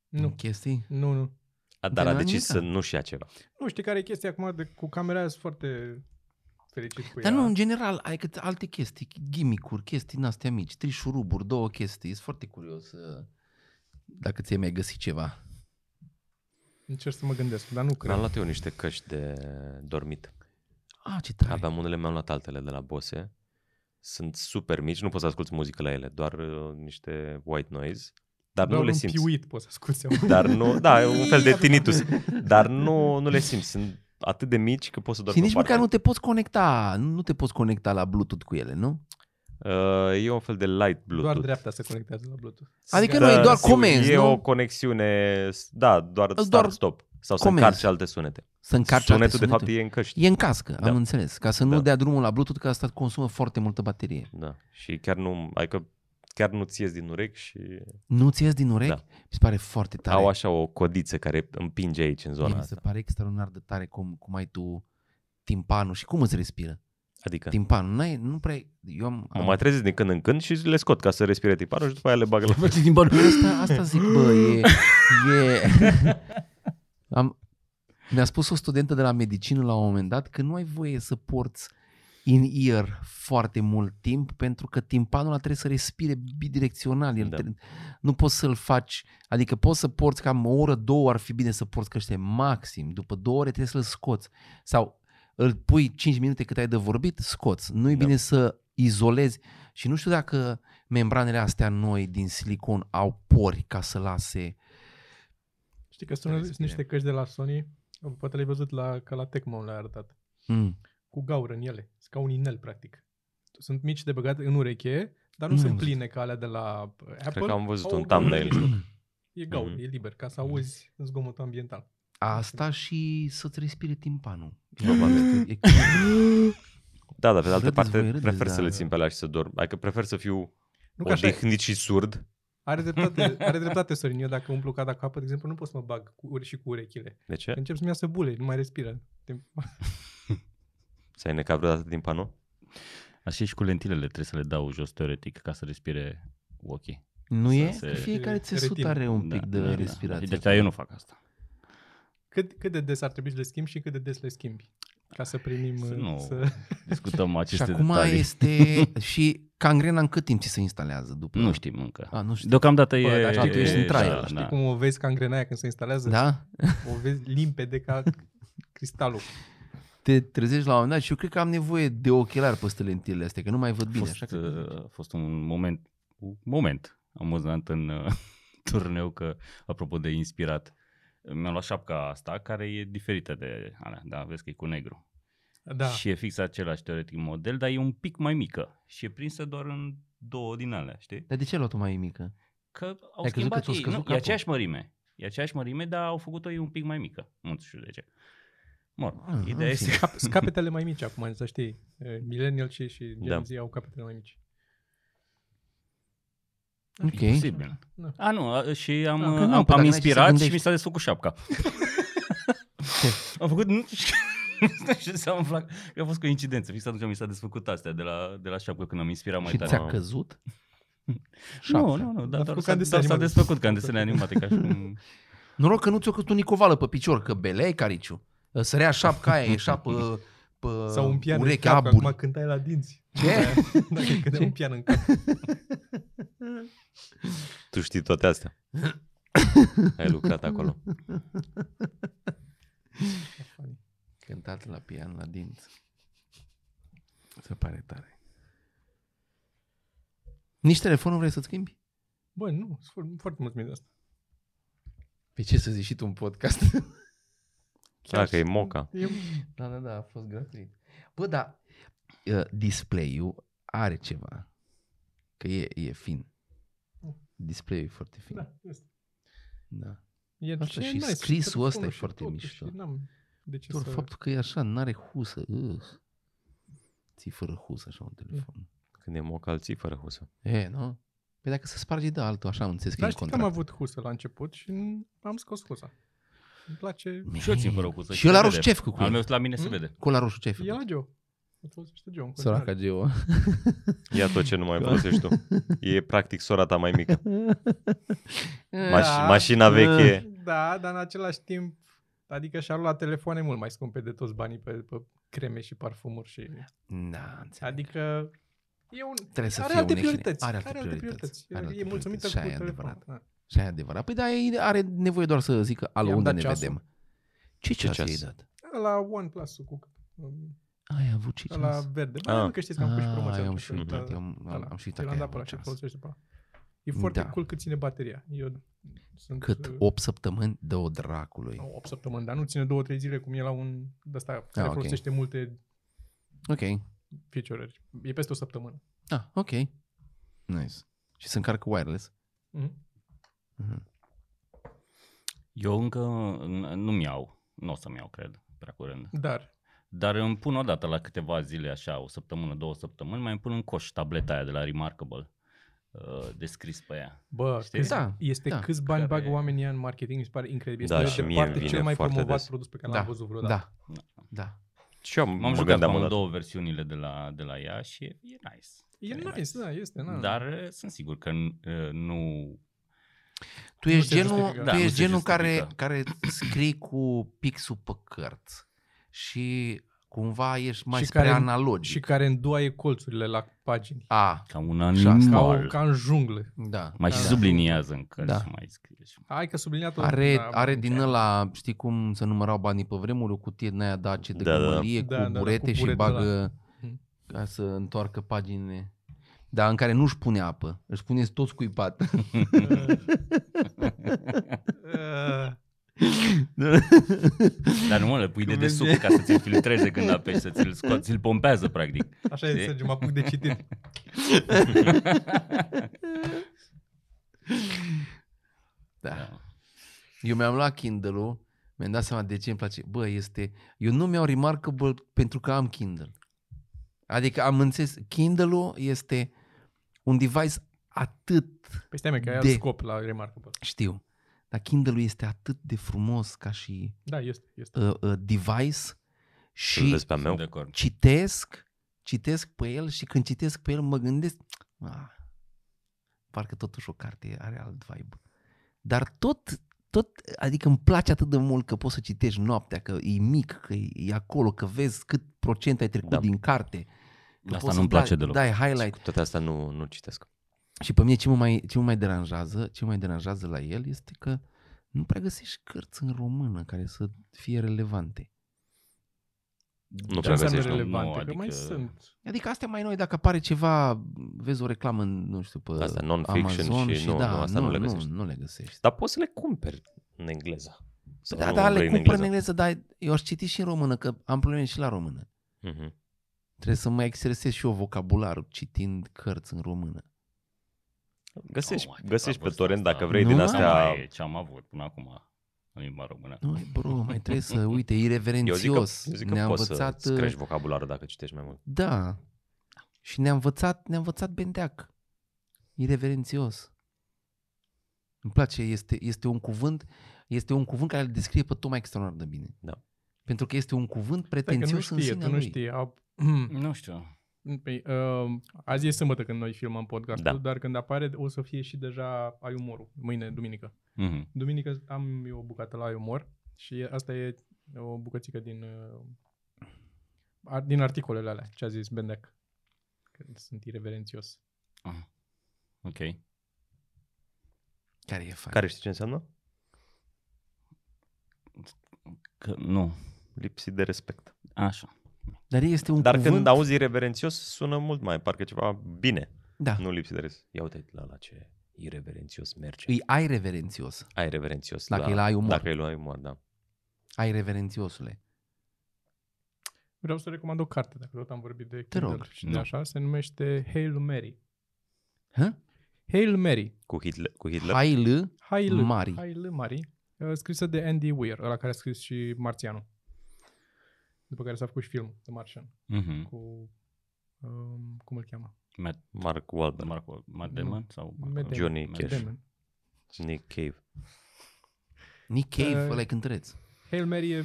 Speaker 3: Nu.
Speaker 2: Chestii?
Speaker 3: Nu, nu.
Speaker 1: A,
Speaker 2: De
Speaker 1: Dar a
Speaker 2: la
Speaker 1: decis să
Speaker 2: Nica?
Speaker 1: nu-și ia ceva.
Speaker 3: Nu, știi care e chestia acum de, cu camera aia sunt foarte fericit cu
Speaker 2: Dar
Speaker 3: ea.
Speaker 2: nu, în general, ai câte alte chestii, gimicuri, chestii din astea mici, trei șuruburi, două chestii. Sunt foarte curios uh, dacă ți-ai mai găsit ceva.
Speaker 3: Încerc să mă gândesc, dar nu cred.
Speaker 1: Mi-am luat eu niște căști de dormit.
Speaker 2: A, ce tare.
Speaker 1: Aveam unele, mi-am luat altele de la Bose. Sunt super mici, nu poți să asculti muzică la ele, doar uh, niște white noise. Dar
Speaker 3: Doar
Speaker 1: nu le
Speaker 3: un
Speaker 1: simți.
Speaker 3: piuit poți să asculti.
Speaker 1: Dar nu, da, e un fel de tinnitus. Dar nu, nu le simți, sunt atât de mici că poți să
Speaker 2: Și
Speaker 1: dormi
Speaker 2: nici
Speaker 1: pe o
Speaker 2: măcar nu
Speaker 1: parte.
Speaker 2: te poți conecta, nu te poți conecta la Bluetooth cu ele, nu?
Speaker 1: Uh, e un fel de light Bluetooth.
Speaker 3: Doar dreapta se conectează la Bluetooth.
Speaker 2: Adică nu e doar
Speaker 1: Da, sigur,
Speaker 2: comenzi,
Speaker 1: E
Speaker 2: nu?
Speaker 1: o conexiune, da, doar
Speaker 2: Doar
Speaker 1: start-stop. Sau să
Speaker 2: comenzi.
Speaker 1: încarci alte sunete.
Speaker 2: Să încarci
Speaker 1: Sunetul,
Speaker 2: alte
Speaker 1: de fapt,
Speaker 2: sunete.
Speaker 1: e în căști.
Speaker 2: E în cască, da.
Speaker 1: Da.
Speaker 2: am înțeles. Ca să nu
Speaker 1: Da.
Speaker 2: dea drumul la Bluetooth, că asta consumă foarte multă baterie.
Speaker 1: Da. Și chiar nu, adică chiar nu-ți ies din urechi și
Speaker 2: Nu ți ies din urechi? Da.
Speaker 1: Da.
Speaker 2: Mi se pare foarte tare. Exact.
Speaker 1: au așa o codiță care împinge aici în zona
Speaker 2: Mi se
Speaker 1: asta.
Speaker 2: pare extraordinar de tare cum, cum ai tu timpanul și cum îți respiră.
Speaker 1: Adică
Speaker 2: Timpanul, n-ai, nu prea... Eu am,
Speaker 1: mă
Speaker 2: am
Speaker 1: mai trezesc din când în când și le scot ca să respire tiparul și după aia le bag la
Speaker 2: Deci din bărbați. Asta, asta zic, bă, e... e... Am... Mi-a spus o studentă de la medicină la un moment dat că nu ai voie să porți in-ear foarte mult timp pentru că timpanul ăla trebuie să respire bidirecțional. El
Speaker 1: Da.
Speaker 2: da. Nu poți să-l faci, adică poți să porți cam o oră, două ar fi bine să porți căște maxim. După două ore trebuie să-l scoți. Sau îl pui 5 minute cât ai de vorbit, scoți. Nu e
Speaker 1: Da.
Speaker 2: bine să izolezi și nu știu dacă membranele astea noi din silicon au pori ca să lase.
Speaker 3: Știi că sunt,
Speaker 2: Respire.
Speaker 3: sunt niște căști de la Sony, poate le-ai văzut la, că la Tecmo le-a arătat,
Speaker 2: Mm.
Speaker 3: cu gaură în ele, sunt ca un inel practic. Sunt mici de băgat în ureche, dar nu,
Speaker 2: Nu
Speaker 3: sunt
Speaker 2: am văzut.
Speaker 3: pline ca alea de la uh, Apple.
Speaker 1: Mm. Cred că am văzut
Speaker 3: Au
Speaker 1: un
Speaker 3: o gaură în
Speaker 1: thumbnail. Mm-hmm.
Speaker 3: mijloc. E gaură,
Speaker 1: Mhm.
Speaker 3: e liber, ca să auzi zgomotul ambiental.
Speaker 2: Asta și să-ți respire timpanul.
Speaker 1: Probabil.
Speaker 2: E-
Speaker 1: Da, dar pe de altă
Speaker 2: Râdeți
Speaker 1: parte
Speaker 2: voi, râdeți,
Speaker 1: prefer
Speaker 2: da.
Speaker 1: să le țin pe alea și să dorm. Adică prefer să fiu
Speaker 3: Nu că așa e.
Speaker 1: odihnit și surd.
Speaker 3: Are dreptate, are dreptate Sorin. Eu dacă umplu cada capăt, de exemplu, nu pot să mă bag cu uri și cu urechile.
Speaker 1: De ce?
Speaker 3: Încep să-mi iasă bule, nu mai respiră. Te-
Speaker 1: Ți-ai necat vreodată din panou?
Speaker 4: Așa e și cu lentilele, trebuie să le dau jos teoretic ca să respire ochii.
Speaker 2: nu
Speaker 4: Să
Speaker 2: e?
Speaker 4: se- Da,
Speaker 2: Că fiecare țesut
Speaker 3: retină.
Speaker 2: are un pic de respirație.
Speaker 4: Deci dar eu nu fac asta.
Speaker 3: Cât, cât de des ar trebui să le schimbi și cât de des le schimbi? Ca să primim...
Speaker 4: Să
Speaker 3: uh,
Speaker 4: nu-
Speaker 3: Să...
Speaker 4: Discutăm
Speaker 2: Și
Speaker 4: aceste
Speaker 2: acum
Speaker 4: detalii.
Speaker 2: este și cangrena în cât timp ți se instalează după?
Speaker 4: Nu știm încă.
Speaker 2: A, nu știu.
Speaker 4: Deocamdată
Speaker 3: Bă,
Speaker 4: e...
Speaker 3: dar știi, tu
Speaker 4: e-
Speaker 2: ești în trial,
Speaker 4: da,
Speaker 3: Știi
Speaker 4: da.
Speaker 3: cum o vezi ca angrenaia când se instalează?
Speaker 2: Da?
Speaker 3: O vezi limpede ca cristalul.
Speaker 2: Te trezești la un moment dat și eu cred că am nevoie de ochelari peste lentilele astea, că nu mai văd
Speaker 4: A
Speaker 2: bine.
Speaker 4: fost,
Speaker 2: Așa că...
Speaker 4: uh, a fost un moment, un moment amuzant în uh, turneu că, apropo de inspirat, mi-am luat șapca asta care e diferită de alea, da, vezi că e cu negru.
Speaker 3: Da.
Speaker 4: Și e fix același teoretic model, dar e un pic mai mică și e prinsă doar în două din alea, știi?
Speaker 2: Dar de ce ai luat-o mai mică?
Speaker 4: Că au
Speaker 2: Ai crezut
Speaker 4: schimbat
Speaker 2: că ți-o
Speaker 4: ei,
Speaker 2: scăzut
Speaker 4: nu, e
Speaker 2: capul?
Speaker 4: aceeași mărime. E aceeași mărime, dar au făcut-o ei un pic mai mică. Nu știu de ce. Mor,
Speaker 2: Ah, în
Speaker 4: ideea este
Speaker 2: fine.
Speaker 4: că
Speaker 3: Cap- sunt capetele mai mici acum, să știi. Uh, Millennial și, și Gen
Speaker 1: Da.
Speaker 3: Z au capetele mai mici.
Speaker 4: e
Speaker 2: Ok.
Speaker 4: posibil.
Speaker 3: Da.
Speaker 4: A, nu, a, și am,
Speaker 2: Da, că nu,
Speaker 4: am,
Speaker 2: păi dacă
Speaker 4: am
Speaker 2: n-ai ce să
Speaker 4: inspirat și
Speaker 2: gândești.
Speaker 4: mi s-a desfăcut șapca. am făcut... Nu știu ce s-a umflat. A fost coincidență. Fix atunci mi s-a desfăcut astea de la, de la șapcă când am inspirat mai
Speaker 2: și
Speaker 4: tare.
Speaker 2: ți-a căzut?
Speaker 4: Nu,
Speaker 2: Șapca.
Speaker 4: nu, nu,
Speaker 3: A
Speaker 4: dar doar
Speaker 3: făcut
Speaker 4: s-a,
Speaker 3: ca în
Speaker 4: doar s-a
Speaker 3: desene
Speaker 4: desfăcut ca în desene animate. Ca și cum...
Speaker 2: Noroc că nu ți-o căzut o nicovală pe picior, că belei cariciu. Sărea șapca aia, ieșea pe, pe
Speaker 3: Sau un pian în
Speaker 2: urechea
Speaker 3: cap, că acum
Speaker 2: Uh, aburi.
Speaker 3: cântai la dinți. Da,
Speaker 2: Ce?
Speaker 3: Dacă
Speaker 2: Ce?
Speaker 3: cântai un pian în cap.
Speaker 1: Tu știi toate astea. Ai lucrat acolo.
Speaker 2: Cântat la pian, la dinți. Se pare tare. Nici telefonul vrei să-ți schimbi?
Speaker 3: Bă, nu, sunt foarte- foarte mulțumit de asta.
Speaker 2: Pe ce să zici și tu un podcast?
Speaker 1: Da, că e moca.
Speaker 3: Eu,
Speaker 2: da, da, da, a fost gratuit. Bă, da, uh, display-ul are ceva. Că e, e fin. Display-ul e foarte fin. Da.
Speaker 3: Mm. da, este.
Speaker 2: da.
Speaker 3: E,
Speaker 2: Asta
Speaker 3: e
Speaker 2: și
Speaker 3: nice,
Speaker 2: scrisul
Speaker 3: telefonul
Speaker 2: ăsta e
Speaker 3: și
Speaker 2: foarte
Speaker 3: totul
Speaker 2: mișto.
Speaker 3: și n-am de ce
Speaker 2: Doar
Speaker 3: să...
Speaker 2: faptul că e așa, n-are husă. Ugh. Ții fără husă așa un telefon.
Speaker 1: Când e moca, îl ții fără husă.
Speaker 2: E, nu? Păi dacă se sparge de altul, așa am înțeles că e
Speaker 3: Dar
Speaker 2: în
Speaker 3: știi că am
Speaker 2: contract.
Speaker 3: avut husă la început și n- am scos husa. Îmi place...
Speaker 4: Și eu țin fără cu
Speaker 2: Și eu la Roșcef cu
Speaker 4: Al
Speaker 2: cu
Speaker 4: meu la mine se
Speaker 3: Hmm?
Speaker 4: vede.
Speaker 2: Cu la Roșcef.
Speaker 3: E la Joe. O folosește Joe în
Speaker 2: Săraca
Speaker 3: continuare.
Speaker 2: Geo.
Speaker 1: Ia tot ce nu mai folosești tu. E practic sora ta mai mică.
Speaker 2: Da.
Speaker 1: Maș-
Speaker 2: Mm.
Speaker 1: mașina veche.
Speaker 3: Da, dar în același timp, adică și-a luat telefoane mult mai scumpe de toți banii pe, pe creme și parfumuri și...
Speaker 2: Da, înțeleg.
Speaker 3: Adică e un...
Speaker 2: Trebuie să
Speaker 3: are
Speaker 2: fie
Speaker 3: alte
Speaker 2: un echilibru.
Speaker 3: priorități.
Speaker 2: Are alte priorități. Are alte
Speaker 3: E mulțumită
Speaker 2: priorități. Și
Speaker 3: cu
Speaker 2: aia e
Speaker 3: telefonul.
Speaker 2: adevărat.
Speaker 3: Da.
Speaker 2: Și e adevărat. Păi da, e- are nevoie doar să zică alo,
Speaker 3: I-am
Speaker 2: unde
Speaker 3: dat
Speaker 2: ne
Speaker 3: ceasul.
Speaker 2: vedem. Ce ceas,
Speaker 1: ceas?
Speaker 2: i-ai dat?
Speaker 3: Da. La OnePlus-ul cu... um,
Speaker 2: Ai avut ce ceas?
Speaker 3: La verde.
Speaker 1: Ah.
Speaker 3: Bă, nu că știți că am pus și
Speaker 2: Ah,
Speaker 3: promoția.
Speaker 2: eu am
Speaker 3: atunci,
Speaker 2: și
Speaker 3: că-
Speaker 2: uitat.
Speaker 3: da.
Speaker 2: Eu am,
Speaker 3: Ala,
Speaker 2: am și
Speaker 3: Eu
Speaker 2: uitat că
Speaker 3: l-am
Speaker 2: ai
Speaker 3: dat
Speaker 2: avut
Speaker 3: pe ăla și îl
Speaker 2: ceas.
Speaker 3: folosește pe ăla. E foarte
Speaker 2: Da.
Speaker 3: cool cât ține bateria. Eu sunt,
Speaker 2: Cât?
Speaker 3: uh,
Speaker 2: 8 săptămâni? Dă-o dracului.
Speaker 3: 8 săptămâni, dar nu ține 2-3 zile cum e la un de asta care
Speaker 2: Ah, ok.
Speaker 3: folosește multe
Speaker 2: Ok.
Speaker 3: feature-uri. E peste o săptămână.
Speaker 2: Ah, ok. Nice. Și se încarcă wireless.
Speaker 3: Mhm.
Speaker 2: Mhm.
Speaker 4: Eu încă n- nu mi-au, nu o să-mi iau, cred, prea curând.
Speaker 3: Dar,
Speaker 4: Dar îmi pun odată la câteva zile, așa, o săptămână, două săptămâni, mai îmi pun în coș tableta aia de la Remarkable, uh, descris pe ea.
Speaker 3: bă,
Speaker 4: Știi?
Speaker 3: câți-
Speaker 2: Da,
Speaker 3: este
Speaker 2: da.
Speaker 3: câți bani
Speaker 4: Care-
Speaker 3: bagă oamenii în marketing, mi se pare incredibil.
Speaker 1: Da,
Speaker 3: Este
Speaker 1: și
Speaker 3: de
Speaker 1: mie
Speaker 3: departe
Speaker 1: îmi vine
Speaker 3: cel mai
Speaker 1: foarte
Speaker 3: promovat
Speaker 1: des.
Speaker 3: produs pe care
Speaker 2: Da.
Speaker 3: l-am văzut vreodată.
Speaker 2: Da. Da.
Speaker 1: Și eu mă
Speaker 4: M-am jucat
Speaker 1: gândeam
Speaker 4: cu
Speaker 1: odată.
Speaker 4: amândouă versiunile de la, de la ea și e, e nice.
Speaker 3: E nice, da, este. Na.
Speaker 4: Dar uh, sunt sigur că n- uh, nu...
Speaker 2: Tu ești
Speaker 3: se
Speaker 2: genul,
Speaker 3: justifică.
Speaker 2: tu
Speaker 4: Da, nu
Speaker 2: ești
Speaker 4: se
Speaker 2: genul care,
Speaker 4: justifică.
Speaker 2: care scrii cu pixul pe cărți și cumva ești mai
Speaker 3: Și
Speaker 2: spre
Speaker 3: care-
Speaker 2: analogic.
Speaker 3: Și care îndoaie colțurile la pagini.
Speaker 2: A,
Speaker 4: Ca un
Speaker 2: Și asta.
Speaker 3: Ca, o,
Speaker 4: animal.
Speaker 3: ca în junglă.
Speaker 2: da.
Speaker 4: Mai și
Speaker 3: Da.
Speaker 4: subliniază în cărți,
Speaker 2: Da.
Speaker 4: da. mai scrie. și-
Speaker 3: Hai că subliniat
Speaker 2: Are,
Speaker 3: da,
Speaker 2: are din ăla, știi cum se numărau banii pe vremuri, o cutie din aia dace de
Speaker 1: Da, da, da.
Speaker 2: gămălie
Speaker 3: Da, da,
Speaker 2: cu
Speaker 3: da,
Speaker 2: burete
Speaker 3: cu
Speaker 2: și
Speaker 3: burete
Speaker 2: bagă
Speaker 3: Mhm.
Speaker 2: ca să întoarcă paginile. Dar în care nu-și pune apă, își pune tot scuipat.
Speaker 3: Uh,
Speaker 4: Dar nu mă, le pui de
Speaker 2: Vezi?
Speaker 4: desubt ca să ți-l filtreze când apeși, să ți-l scoți, ți-l pompează practic.
Speaker 3: Așa e,
Speaker 4: Știi?
Speaker 3: Sergiu, mă apuc de citit.
Speaker 2: da. Eu mi-am luat Kindle-ul, mi-am dat seama de ce îmi place. Bă, este... Eu nu mi-au Remarkable pentru că am Kindle. Adică am înțeles, Kindle-ul este un device atât
Speaker 3: Păi stai, mă, că ai
Speaker 2: De-
Speaker 3: alt scop la Remarkable.
Speaker 2: Știu. Dar Kindle-ul este atât de frumos ca și
Speaker 3: Da, este, este.
Speaker 2: uh, uh, device
Speaker 1: Îl
Speaker 2: și
Speaker 1: vezi pe al
Speaker 4: Sunt
Speaker 1: meu?
Speaker 4: de acord.
Speaker 2: citesc, citesc pe el și când citesc pe el mă gândesc, ah, parcă totuși o carte are alt vibe. Dar tot, tot, adică îmi place atât de mult că poți să citești noaptea, că e mic, că e e acolo, că vezi cât procent ai trecut da.
Speaker 1: Da.
Speaker 2: din carte. că
Speaker 4: Asta
Speaker 2: poți să
Speaker 4: nu-mi place
Speaker 2: dai-
Speaker 4: deloc.
Speaker 2: Dai
Speaker 1: Și
Speaker 2: highlight.
Speaker 1: Cu toate astea nu, nu citesc.
Speaker 2: Și pe mine ce mă mai, ce mă mai deranjează, ce mă mai deranjează la el este că nu prea găsești cărți în română care să fie relevante.
Speaker 1: Nu
Speaker 4: Ce
Speaker 1: prea
Speaker 3: înseamnă
Speaker 1: găsești.
Speaker 4: nu?
Speaker 3: relevante?
Speaker 4: Nu,
Speaker 3: că mai
Speaker 4: adică-
Speaker 3: sunt.
Speaker 2: Adică astea mai noi, dacă apare ceva, vezi o reclamă, în, nu știu, pe
Speaker 1: Asta, non-fiction
Speaker 2: Amazon
Speaker 1: și nu,
Speaker 2: da,
Speaker 1: nu, asta nu le găsești.
Speaker 2: Nu, nu le găsești.
Speaker 1: Dar poți să le cumperi în engleză. Sau
Speaker 2: Da,
Speaker 1: nu
Speaker 2: da,
Speaker 1: vrei
Speaker 2: le
Speaker 1: în
Speaker 2: cumpăr în
Speaker 1: engleză?
Speaker 2: engleză, dar eu aș citi și în română, că am probleme și la română.
Speaker 1: Mhm.
Speaker 2: Trebuie să mă exersez și eu vocabularul citind cărți în română.
Speaker 1: Găsești,
Speaker 4: Oh, adică
Speaker 1: găsești pe
Speaker 4: vârsta
Speaker 1: torrent
Speaker 4: asta.
Speaker 1: dacă vrei
Speaker 2: Nu
Speaker 1: din
Speaker 2: mai
Speaker 1: astea...
Speaker 4: Asta e ce am avut până acum în limba română.
Speaker 2: Nu, bro, mai trebuie să, uite,
Speaker 1: Eu zic că, eu
Speaker 2: ireverențios.
Speaker 1: zic
Speaker 2: Ne-a
Speaker 1: că poți
Speaker 2: învățat,
Speaker 1: să crești vocabularul dacă citești mai mult.
Speaker 2: Da. Și ne-a învățat, ne-a învățat bendeac. Ireverențios. Îmi place, este, este un cuvânt, este un cuvânt care îl descrie pe Toma extraordinar de bine.
Speaker 1: Da.
Speaker 2: Pentru că este un cuvânt
Speaker 3: Stai că nu
Speaker 2: pretențios în
Speaker 3: știe,
Speaker 2: sinea
Speaker 3: tu nu
Speaker 2: lui.
Speaker 3: știi. Au-
Speaker 4: Nu știu.
Speaker 3: Păi, uh, azi e sâmbătă când noi filmăm podcastul,
Speaker 1: Da.
Speaker 3: dar când apare o să fie și deja ai umorul, mâine, duminică.
Speaker 4: Mhm.
Speaker 3: Duminică am eu o bucată la ai umor și e- asta e o bucățică din, uh, ar- din articolele alea, ce a zis Bendec. Că sunt ireverențios.
Speaker 4: Ok.
Speaker 2: Care e fain. Care...
Speaker 1: Care știi ce înseamnă?
Speaker 4: Că, nu.
Speaker 1: Lipsit de respect.
Speaker 4: Așa.
Speaker 2: Dar este un
Speaker 1: Dar
Speaker 2: cuvânt...
Speaker 1: când auzi reverențios, sună mult mai, parcă ceva bine,
Speaker 2: Da.
Speaker 1: nu lipsit de respect. Ia uite la, la ce ireverențios merge.
Speaker 2: Îi ai reverențios.
Speaker 1: Ai reverențios.
Speaker 2: Dacă îi la ai umor.
Speaker 1: Dacă îi la ai umor, da.
Speaker 2: Ai reverențiosule.
Speaker 3: Vreau să recomand o carte, dacă tot am vorbit de
Speaker 2: Te rog.
Speaker 3: Kindle și de
Speaker 4: Da.
Speaker 3: așa, se numește Hail Mary.
Speaker 2: Hă?
Speaker 3: Hail Mary.
Speaker 1: Cu Hitler. Cu Hitler.
Speaker 2: Hai l
Speaker 3: Hail
Speaker 2: Mari.
Speaker 3: Hail Mary. uh, Scrisă de Andy Weir, ăla care a scris și Marțianul. După care s-a făcut și filmul de Martian
Speaker 1: Mm-hmm.
Speaker 4: Mhm.
Speaker 3: cu... Um, cum îl cheamă?
Speaker 4: Matt,
Speaker 1: Mark Wahlberg.
Speaker 4: Marco, Matt Damon sau...
Speaker 3: Matt Damon.
Speaker 1: Johnny
Speaker 4: Matt
Speaker 1: Cash.
Speaker 4: Damon.
Speaker 3: Damon.
Speaker 1: Nick Cave.
Speaker 2: Nick Cave,
Speaker 3: Da.
Speaker 2: ăla e cântăreț.
Speaker 3: Hail Mary e,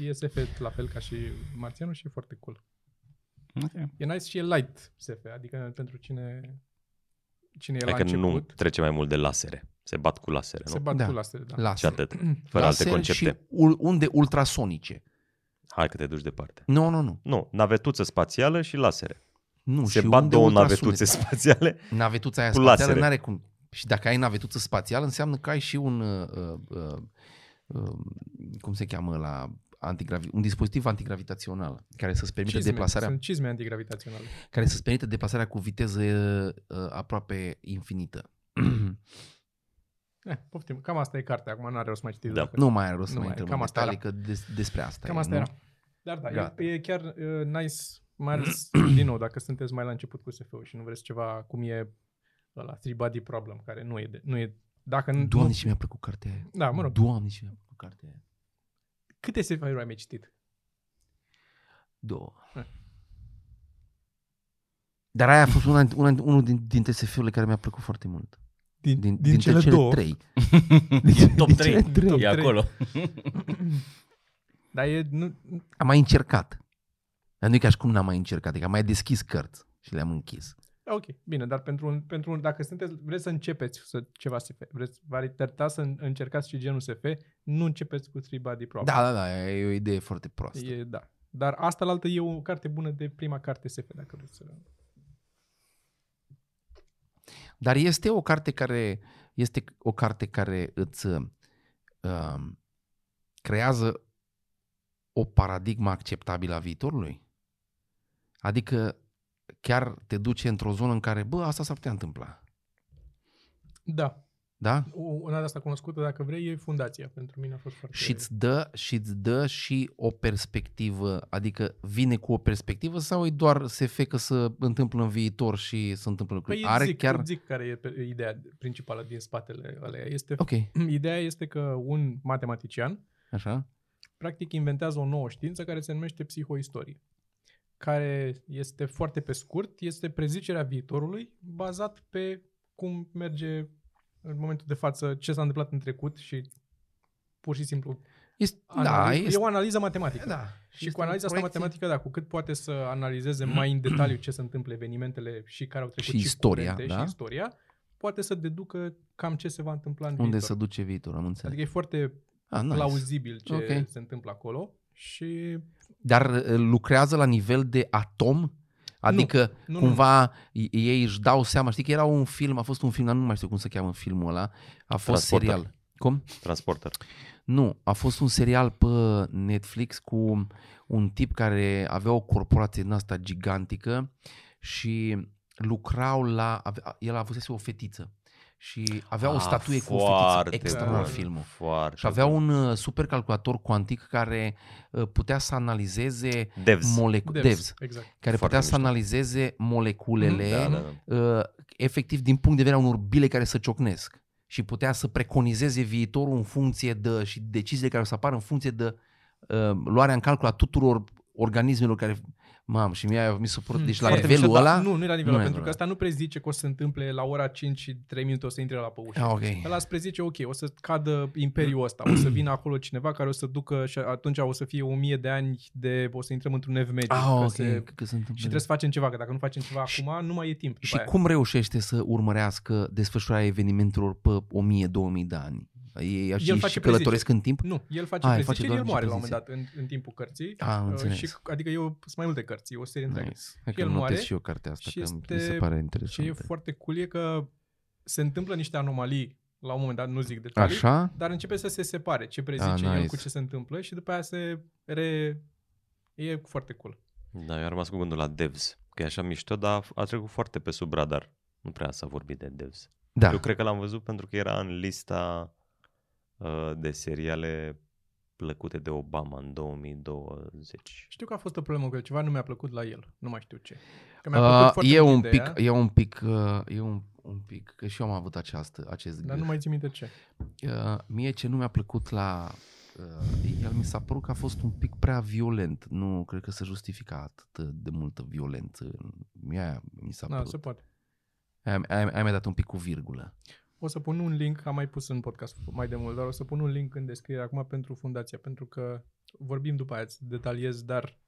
Speaker 3: e, e SF la fel ca și Marțianul și e foarte cool.
Speaker 4: Ok.
Speaker 3: E nice și e light SF, adică pentru cine, cine e la
Speaker 1: Adică nu
Speaker 3: început,
Speaker 1: trece mai mult de lasere. Se bat cu lasere,
Speaker 3: se
Speaker 1: nu?
Speaker 3: bat
Speaker 2: Da.
Speaker 3: da. cu lasere. Da.
Speaker 1: Și
Speaker 2: Laser.
Speaker 1: atât. Fără alte
Speaker 2: Laser
Speaker 1: concepte.
Speaker 2: Și ul- unde ultrasonice.
Speaker 1: Hai că te duci departe.
Speaker 2: Nu, nu, nu.
Speaker 1: Nu, navetuță spațială și lasere.
Speaker 2: nu
Speaker 1: Se
Speaker 2: și
Speaker 1: bat
Speaker 2: unde
Speaker 1: două
Speaker 2: ultrasunete.
Speaker 1: navetuțe spațiale.
Speaker 2: Navetuța aia
Speaker 1: Cu
Speaker 2: spațială
Speaker 1: lasere.
Speaker 2: nu are cum. Și dacă ai navetuță spațială, înseamnă că ai și un, uh, uh, uh, cum se cheamă la antigravi- un dispozitiv antigravitațional care să-ți permită deplasarea,
Speaker 3: Sunt cizme antigravitaționale.
Speaker 2: care să-ți permită deplasarea cu viteză uh, aproape infinită.
Speaker 3: Eh, poftim, cam asta e cartea, acum n-are rost să mai citiți.
Speaker 1: Da.
Speaker 3: dacă-
Speaker 2: nu mai are rost să
Speaker 3: Nu
Speaker 2: mai
Speaker 3: mai e,
Speaker 2: intrăm
Speaker 3: cam
Speaker 2: în
Speaker 3: asta era.
Speaker 2: detalii, că des, despre asta
Speaker 3: Cam
Speaker 2: e,
Speaker 3: asta
Speaker 2: nu?
Speaker 3: era. Dar da,
Speaker 2: Gata.
Speaker 3: e, e chiar uh, nice Mai ales, din nou, dacă sunteți mai la început cu SF-ul și nu vreți ceva cum e la Three Body Problem, care nu e... De, nu e dacă nu,
Speaker 2: Doamne, și mi-a plăcut cartea aia.
Speaker 3: Da, mă rog.
Speaker 2: Doamne, și mi-a plăcut cartea aia.
Speaker 3: Câte SF-uri ai mai citit?
Speaker 2: Două. Dar aia a fost una, una, unul din, dintre SF-urile care mi-a plăcut foarte mult.
Speaker 3: Din,
Speaker 2: Din,
Speaker 3: din, din cele, două.
Speaker 2: trei.
Speaker 4: E top
Speaker 2: din
Speaker 4: 3.
Speaker 2: cele trei.
Speaker 4: E
Speaker 3: trei.
Speaker 4: acolo.
Speaker 3: Dar e, nu,
Speaker 2: Am mai încercat. Dar nu e ca și cum n-am mai încercat, e că am mai deschis cărți și le-am închis.
Speaker 3: Ok, bine, dar pentru un, pentru un, dacă sunteți, vreți să începeți să, ceva SF, vreți, v-ar tărta să în- încercați și genul SF, nu începeți cu Three Body Problem.
Speaker 2: Da, da, da, e o idee foarte proastă. E...
Speaker 3: E, da. Dar asta la altă e o carte bună de prima carte SF, dacă vreți să...
Speaker 2: Dar este o carte care este o carte care îți uh, creează o paradigmă acceptabilă a viitorului. Adică chiar te duce într-o zonă în care, bă, asta s-ar putea întâmpla.
Speaker 3: Da.
Speaker 2: Da?
Speaker 3: O- Una de asta cunoscută, dacă vrei, e Fundația. Pentru mine a fost foarte...
Speaker 2: și îți dă, și îți dă și o perspectivă, adică vine cu o perspectivă sau e doar se fecă să întâmplă în viitor și se întâmplă lucruri?
Speaker 3: Păi
Speaker 2: Are
Speaker 3: zic,
Speaker 2: chiar...
Speaker 3: îți zic care e pe- ideea principală din spatele alea. Este,
Speaker 2: Ok,
Speaker 3: Ideea este că un matematician
Speaker 2: așa.
Speaker 3: practic inventează o nouă știință care se numește psihoistorie, care este foarte pe scurt, este prezicerea viitorului bazat pe cum merge în momentul de față ce s-a întâmplat în trecut și pur și simplu
Speaker 2: Este, da,
Speaker 3: analiz-
Speaker 2: este,
Speaker 3: e o analiză matematică.
Speaker 2: da.
Speaker 3: Și
Speaker 2: este
Speaker 3: cu analiza
Speaker 2: o
Speaker 3: asta
Speaker 2: proiecție
Speaker 3: matematică, da, cu cât poate să analizeze mai în detaliu ce se întâmplă, evenimentele și care au trecut
Speaker 2: Și
Speaker 3: și,
Speaker 2: istoria,
Speaker 3: curente
Speaker 2: da?
Speaker 3: și istoria, poate să deducă cam ce se va întâmpla în
Speaker 2: Unde
Speaker 3: viitor.
Speaker 2: se duce viitorul, am înțeles.
Speaker 3: Adică e foarte
Speaker 2: Ah, nice.
Speaker 3: plauzibil ce
Speaker 2: Ok.
Speaker 3: se întâmplă acolo și
Speaker 2: Dar uh, lucrează la nivel de atom? Adică
Speaker 3: nu, nu.
Speaker 2: cumva i- ei își dau seama, știi că era un film, a fost un film, dar nu mai știu cum se cheamă filmul ăla, a fost
Speaker 1: Transporter.
Speaker 2: serial. Cum?
Speaker 1: Transporter.
Speaker 2: Nu, a fost un serial pe Netflix cu un tip care avea o corporație din asta gigantică și lucrau la... avea- El avusese o fetiță și avea o
Speaker 1: Ah,
Speaker 2: statuie cu o
Speaker 1: foarte
Speaker 2: fetiță extraordinar
Speaker 1: bun,
Speaker 2: filmul.
Speaker 1: Foarte
Speaker 2: Și avea
Speaker 1: bun.
Speaker 2: un uh, supercalculator cuantic care uh, putea să analizeze
Speaker 1: Devs.
Speaker 2: molecule,
Speaker 3: devs,
Speaker 2: devs,
Speaker 3: Exact.
Speaker 2: care
Speaker 1: Foarte
Speaker 2: putea să
Speaker 1: mișto.
Speaker 2: analizeze moleculele
Speaker 1: Da, da, da.
Speaker 2: uh, efectiv din punct de vedere a unor bile care să ciocnesc și putea să preconizeze viitorul în funcție de și deciziile care o să apară în funcție de uh, luarea în calcul a tuturor organismelor care mam și mi-a mi s-a părut, deci la
Speaker 3: Foarte
Speaker 2: nivelul
Speaker 3: mișto, da.
Speaker 2: ăla
Speaker 3: Nu, nu e la nivelul
Speaker 2: nu
Speaker 3: ăla,
Speaker 2: e
Speaker 3: pentru că
Speaker 2: la-
Speaker 3: asta nu prezice că o să se întâmple la ora 5 și 3 minute o să intre la pe ușă.
Speaker 2: Ah, ok.
Speaker 3: Ăla îți prezice, ok, o să cadă imperiul ăsta, o să vină acolo cineva care o să ducă și atunci o să fie o mie de ani de, o să intrăm într-un ev mediu.
Speaker 2: Ah,
Speaker 3: că
Speaker 2: ok,
Speaker 3: se,
Speaker 2: că se întâmplă.
Speaker 3: și trebuie să facem ceva, că dacă nu facem ceva
Speaker 2: Și-
Speaker 3: acum, nu mai e timp.
Speaker 2: Și
Speaker 3: după aia.
Speaker 2: cum reușește să urmărească desfășurarea evenimentelor pe 1000-2000 de ani? Ei și,
Speaker 3: face
Speaker 2: și
Speaker 3: preziceri.
Speaker 2: călătoresc în timp?
Speaker 3: Nu, el face
Speaker 2: Ah, el
Speaker 3: preziceri,
Speaker 2: face doar
Speaker 3: el moare
Speaker 2: niște
Speaker 3: la un moment dat în, în timpul cărții.
Speaker 2: Ah, am
Speaker 3: Uh,
Speaker 2: înțeles.
Speaker 3: Și, adică eu, sunt mai multe cărți, e o serie întreagă.
Speaker 2: Nice. Hai că
Speaker 3: El
Speaker 2: îmi notez
Speaker 3: moare
Speaker 2: și eu cartea asta,
Speaker 3: și
Speaker 2: că mi se
Speaker 3: este-
Speaker 2: pare
Speaker 3: Ce e
Speaker 2: interesantă.
Speaker 3: foarte cool e că se întâmplă niște anomalii la un moment dat, nu zic detalii,
Speaker 2: Așa?
Speaker 3: dar începe să se separe ce prezice
Speaker 2: Ah,
Speaker 3: ah,
Speaker 2: nice.
Speaker 3: el cu ce se întâmplă și după aia se re... E foarte cool.
Speaker 1: Da, eu am rămas cu gândul la devs, că e așa mișto, dar a trecut foarte pe sub radar. Nu prea s-a vorbit de devs.
Speaker 2: Da.
Speaker 1: Eu cred că l-am văzut pentru că era în lista uh, de seriale plăcute de Obama în 2020.
Speaker 3: Știu că a fost o problemă că ceva nu mi-a plăcut la el, nu mai știu ce. Că mi-a plăcut
Speaker 2: Uh,
Speaker 3: foarte
Speaker 2: e,
Speaker 3: mult
Speaker 2: un
Speaker 3: ideea,
Speaker 2: pic, e un pic, uh, e un, un pic, că și eu am avut această, acest
Speaker 3: Dar
Speaker 2: gând.
Speaker 3: nu mai țin minte ce.
Speaker 2: Uh, mie ce nu mi-a plăcut la uh, el mi s-a părut că a fost un pic prea violent. Nu cred că se justifica atât de multă violență. Mie aia mi s-a
Speaker 3: Da,
Speaker 2: părut.
Speaker 3: se poate.
Speaker 2: Aia, aia, aia mi-a dat un pic cu virgulă.
Speaker 3: O să pun un link, am mai pus în podcast mai de mult, dar o să pun un link în descriere acum pentru fundația, pentru că vorbim după aia, îți detaliez, dar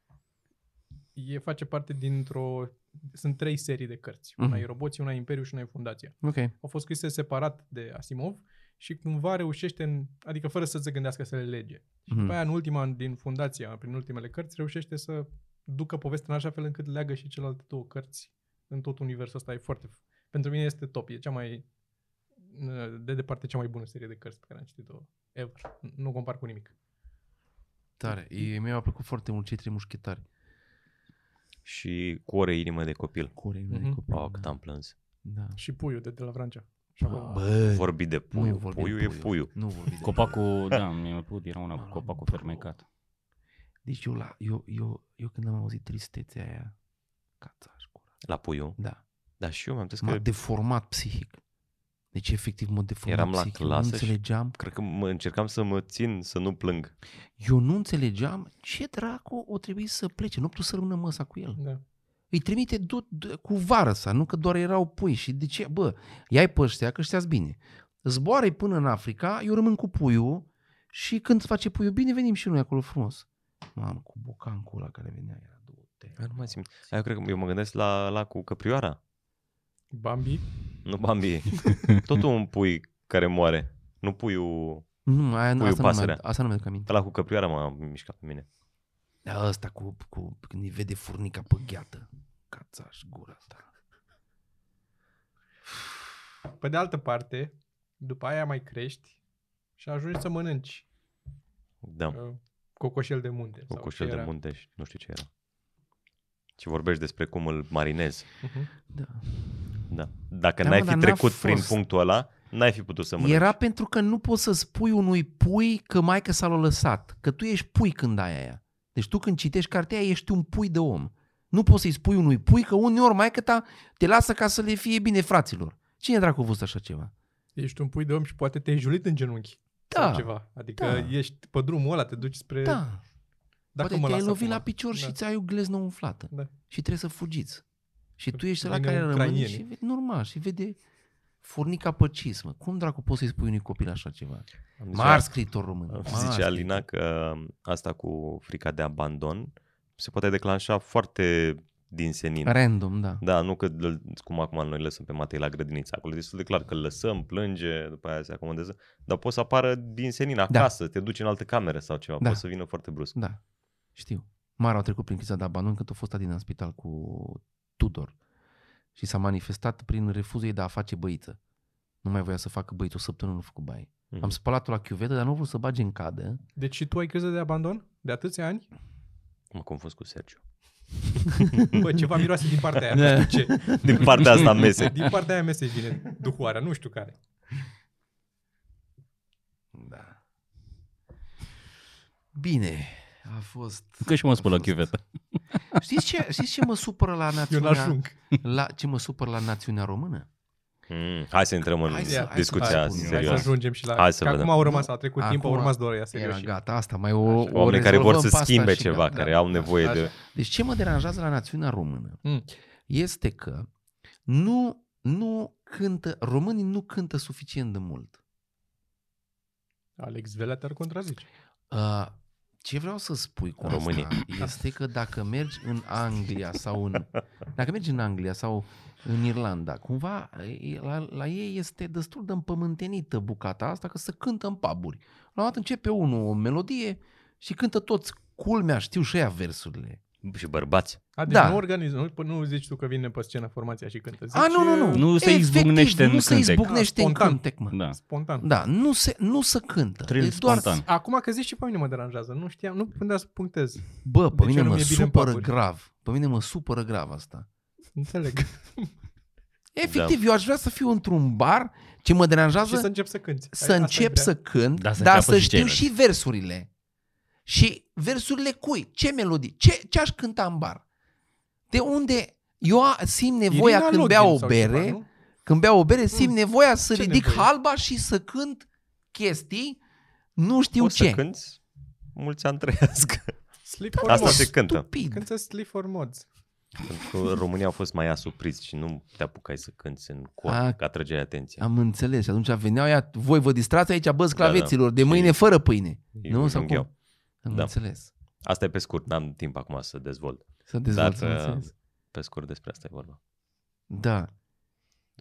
Speaker 3: e face parte dintr-o... Sunt trei serii de cărți. Una
Speaker 2: Mhm.
Speaker 3: e roboții, una e Imperiu și una e fundația.
Speaker 2: Ok.
Speaker 3: Au fost scrise separat de Asimov și cumva reușește, în, adică fără să se gândească să le lege.
Speaker 2: Mhm.
Speaker 3: După Păi aia, în ultima, din fundația, prin ultimele cărți, reușește să ducă povestea în așa fel încât leagă și celelalte două cărți în tot universul ăsta. E foarte... Pentru mine este top. E cea mai... uh, De departe, cea mai bună serie de cărți pe care am citit-o ever. Nu compar cu nimic.
Speaker 2: Tare. E, mi-a plăcut foarte mult cei trei mușchetari.
Speaker 1: Și cu ore inimă de copil.
Speaker 2: Corei
Speaker 3: Mhm.
Speaker 1: Oh, cât am plâns.
Speaker 2: Ah, Da.
Speaker 3: Și puiul de, de la Vrancea. Și acum...
Speaker 2: Bă,
Speaker 1: Vorbi de
Speaker 2: nu
Speaker 1: puiu.
Speaker 2: vorbim
Speaker 1: Puiu e puiu.
Speaker 2: Nu vorbi de
Speaker 4: Copacul, da, mi-a plăcut, era una cu copacul fermecat.
Speaker 2: Deci eu, la, eu, eu, eu când am auzit tristețea aia,
Speaker 1: la puiul.
Speaker 2: Da.
Speaker 1: Dar și eu mi-am zis
Speaker 2: M-a
Speaker 1: că
Speaker 2: deformat psihic. Deci efectiv mă deformat
Speaker 1: Eram la
Speaker 2: psihic. Eu
Speaker 1: clasă
Speaker 2: nu
Speaker 1: și-
Speaker 2: înțelegeam.
Speaker 1: cred că mă încercam să mă țin să nu plâng.
Speaker 2: Eu nu înțelegeam ce dracu o trebuie să plece. Nu pot să rămână măsa cu el.
Speaker 3: Da.
Speaker 2: Îi trimite du- du- cu vară sa, nu că doar erau pui. Și de ce? Bă, ia-i pe ăștia, că ăștia bine. Zboare până în Africa, eu rămân cu puiul și când face puiul bine, venim și noi acolo frumos. Mamă, cu bocancul ăla care venea, era du-te.
Speaker 1: Eu nu mai simt. Eu cred că eu mă gândesc la, la cu căprioara,
Speaker 3: Bambi.
Speaker 1: nu Bambi. Tot un pui care moare. Nu puiul...
Speaker 2: Nu, Mhm, aia,
Speaker 1: Puiul,
Speaker 2: asta, nu mai,
Speaker 1: pasărea.
Speaker 2: asta nu mi-aduc aminte.
Speaker 1: Ăla cu căprioara m-a mișcat pe mine.
Speaker 2: Da, ăsta cu, cu, când îi vede furnica pe gheată. Cațaș, gura asta.
Speaker 3: Pe de altă parte, după aia mai crești și ajungi să mănânci
Speaker 1: Da.
Speaker 3: uh, cocoșel de munte. sau
Speaker 1: Cocoșel
Speaker 3: ce
Speaker 1: de
Speaker 3: era.
Speaker 1: munte și nu știu ce era. Și vorbești despre cum îl marinezi.
Speaker 3: Mhm.
Speaker 2: Da.
Speaker 1: Da. Dacă
Speaker 2: Da,
Speaker 1: n-ai
Speaker 2: mă,
Speaker 1: fi
Speaker 2: dar n-a
Speaker 1: trecut
Speaker 2: fost.
Speaker 1: prin punctul ăla, n-ai fi putut să mănânci.
Speaker 2: Era pentru că nu poți să spui unui pui că maică s-a l-a lăsat. Că tu ești pui când ai aia. Deci tu când citești cartea aia, ești un pui de om. Nu poți să-i spui unui pui că uneori maică ta te lasă ca să le fie bine fraților. Cine dracu a văzut așa ceva?
Speaker 3: Ești un pui de om și poate te-ai julit în genunchi.
Speaker 2: Da,
Speaker 3: Sau ceva. Adică
Speaker 2: da.
Speaker 3: ești pe drumul ăla, te duci spre...
Speaker 2: da. Poate
Speaker 3: mă
Speaker 2: te-ai
Speaker 3: las
Speaker 2: lovit
Speaker 3: acum.
Speaker 2: la picior
Speaker 3: Da.
Speaker 2: și ți-ai o gleznă umflată.
Speaker 3: Da.
Speaker 2: Și trebuie să fugiți. Și tu ești la
Speaker 3: Vine
Speaker 2: care rămâne
Speaker 3: ucraienii.
Speaker 2: și vede, normal, și vede furnica pe cismă. Cum dracu poți să-i spui unui copil așa ceva?
Speaker 1: Am zis-
Speaker 2: Mari scriitor român.
Speaker 1: Îmi
Speaker 2: mari
Speaker 1: Zice
Speaker 2: scriitor.
Speaker 1: Alina că asta cu frica de abandon se poate declanșa foarte din senin.
Speaker 2: Random, da.
Speaker 1: Da, nu că îl- cum acum noi îl lăsăm pe Matei la grădiniță. Acolo e destul de clar că îl lăsăm, plânge, după aia se acomodează. Dar poți să apară din senin acasă, te duci în altă cameră sau ceva.
Speaker 2: Da.
Speaker 1: Poți să vină foarte brusc.
Speaker 2: Da, știu. Mara a trecut prin criza de abandon când a fost din în spital cu Tudor și s-a manifestat prin refuzul ei de a face băiță. Nu mai voia să facă băiță o săptămână, nu a făcut baie.
Speaker 1: Mhm.
Speaker 2: Am spălat-o la chiuvetă, dar nu a vrut să bage în cadă.
Speaker 3: Deci și tu ai criză de abandon? De atâția ani?
Speaker 1: Mă confuz cu Sergiu.
Speaker 3: Bă, ceva miroase din partea
Speaker 2: Da.
Speaker 3: aia, nu știu ce.
Speaker 1: Din partea asta a mesei.
Speaker 3: Din partea aia mesej vine duhoarea, nu știu care.
Speaker 2: Da. Bine, a fost...
Speaker 4: Că și mă spun la
Speaker 2: fost.
Speaker 4: chiuvetă.
Speaker 2: Știți ce, știți ce mă supără la
Speaker 3: Eu
Speaker 2: națiunea,
Speaker 3: n-ajung.
Speaker 2: la, ce mă supără la națiunea română?
Speaker 1: Mm, hai să intrăm în
Speaker 2: Hai să-
Speaker 3: hai să-
Speaker 1: discuția
Speaker 2: hai să-
Speaker 3: Hai să
Speaker 1: serioasă.
Speaker 3: ajungem și la...
Speaker 1: Hai să
Speaker 3: că
Speaker 1: vedem.
Speaker 3: acum au rămas, a trecut
Speaker 2: Acum
Speaker 3: timp, au rămas doar ea, serios.
Speaker 2: Era
Speaker 3: și-
Speaker 2: gata, asta mai o, o
Speaker 1: Oamenii care vor
Speaker 2: rezolvăm
Speaker 1: să
Speaker 2: pe asta
Speaker 1: schimbe
Speaker 2: și
Speaker 1: ceva,
Speaker 2: gata.
Speaker 1: care au nevoie
Speaker 3: Așa.
Speaker 1: de...
Speaker 2: Deci ce mă deranjează la națiunea română
Speaker 3: Mm.
Speaker 2: este că nu, nu cântă, românii nu cântă suficient de mult.
Speaker 3: Alex Velea te-ar contrazice.
Speaker 2: Uh, ce vreau să spui cu
Speaker 1: Românii.
Speaker 2: asta este că dacă mergi în Anglia sau în, dacă mergi în Anglia sau în Irlanda, cumva e, la, la ei este destul de împământenită bucata asta că se cântă în paburi. La un moment dat începe unul o melodie și cântă toți culmea, știu și ea versurile.
Speaker 1: Și bărbați.
Speaker 3: A, deci
Speaker 2: Da.
Speaker 3: da. nu organizăm, nu, nu zici tu că vine pe scenă formația și cântă. Zici,
Speaker 2: A, nu, nu, nu.
Speaker 4: Nu se
Speaker 2: Efectiv,
Speaker 4: izbucnește în
Speaker 2: nu se
Speaker 4: cântec.
Speaker 2: izbucnește
Speaker 3: Ah,
Speaker 2: în
Speaker 3: spontan.
Speaker 2: cântec, mă.
Speaker 4: Da.
Speaker 3: Spontan.
Speaker 2: Da, nu se, nu se cântă.
Speaker 4: Trill
Speaker 2: E doar,
Speaker 4: spontan.
Speaker 3: Acum că zici și pe mine mă deranjează. Nu știam, nu puteam să punctez.
Speaker 2: bă, pe
Speaker 3: De ce
Speaker 2: mine
Speaker 3: nu
Speaker 2: mă
Speaker 3: mi-e bine în
Speaker 2: supără
Speaker 3: puburi?
Speaker 2: grav. Pe mine mă supără grav asta.
Speaker 3: Înțeleg.
Speaker 2: Efectiv, eu aș vrea să fiu într-un bar ce mă deranjează
Speaker 3: și să
Speaker 2: să,
Speaker 3: încep să cânti.
Speaker 2: să încep să cânt, dar
Speaker 4: Dar să
Speaker 2: să,
Speaker 4: înceapă și
Speaker 2: știu
Speaker 4: ceilalți.
Speaker 2: și versurile. Și versurile cui? Ce melodii? Ce, ce aș cânta în bar? De unde eu a- simt nevoia când beau o bere, când beau o bere, simt
Speaker 3: Mm.
Speaker 2: nevoia să
Speaker 3: Ce
Speaker 2: ridic
Speaker 3: nevoie?
Speaker 2: halba și să cânt chestii, nu știu
Speaker 1: Poți
Speaker 2: ce.
Speaker 1: să cânti mulți ani trăiască.
Speaker 3: Sleep for
Speaker 1: Asta
Speaker 3: mods.
Speaker 1: se cântă.
Speaker 2: Stupid.
Speaker 3: Cântă Sleep for mods.
Speaker 1: Pentru că România a fost mai asupriți și nu te apucai să cânti în cor,
Speaker 2: A,
Speaker 1: că atrăgeai atenția.
Speaker 2: Am înțeles. Și atunci veneau ea, voi vă distrați aici, bă, sclaveților, da, da. de
Speaker 1: Și-
Speaker 2: mâine fără pâine.
Speaker 1: Ei
Speaker 2: nu? Sau
Speaker 1: junghiau.
Speaker 2: cum? Am
Speaker 1: Da.
Speaker 2: da. înțeles.
Speaker 1: Asta e pe scurt, n-am timp acum să dezvolt.
Speaker 2: Să dezvolți,
Speaker 1: Dar,
Speaker 2: am
Speaker 1: uh,
Speaker 2: înțeles.
Speaker 1: Pe scurt despre asta e vorba.
Speaker 2: Da.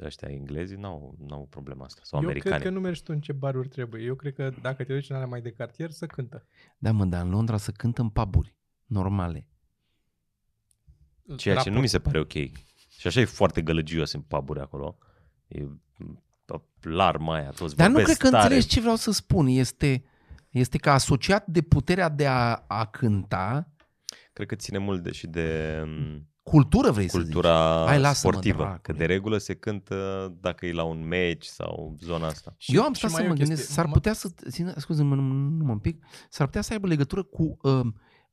Speaker 1: Ăștia englezii n-au, n-au problema asta, sau
Speaker 3: Eu cred
Speaker 1: americani.
Speaker 3: că nu mergi tu în ce baruri trebuie. Eu cred că dacă te duci în alea mai de cartier, să cântă.
Speaker 2: Da, mă, dar în Londra să cântă în paburi normale.
Speaker 1: Ceea ce nu mi se pare ok. Și așa e foarte gălăgios în paburi acolo. E mm, larma aia, toți
Speaker 2: Dar nu
Speaker 1: vorbesc
Speaker 2: cred că
Speaker 1: tare.
Speaker 2: înțelegi ce vreau să spun. Este, este că asociat de puterea de a, a cânta,
Speaker 1: Cred că ține mult de, și de m,
Speaker 2: cultură vrei să
Speaker 1: cultura
Speaker 2: Hai, lasă-mă,
Speaker 1: sportivă.
Speaker 2: dracule.
Speaker 1: că de regulă se cântă dacă e la un match sau zona asta.
Speaker 2: zici. Eu am
Speaker 3: și
Speaker 2: stat să
Speaker 3: mai e
Speaker 2: mă
Speaker 3: o
Speaker 2: gândesc,
Speaker 3: chestie.
Speaker 2: s-ar
Speaker 3: Mă-
Speaker 2: putea să, țină, scuze-mă, nu, nu mă împic, s-ar putea să aibă legătură cu uh,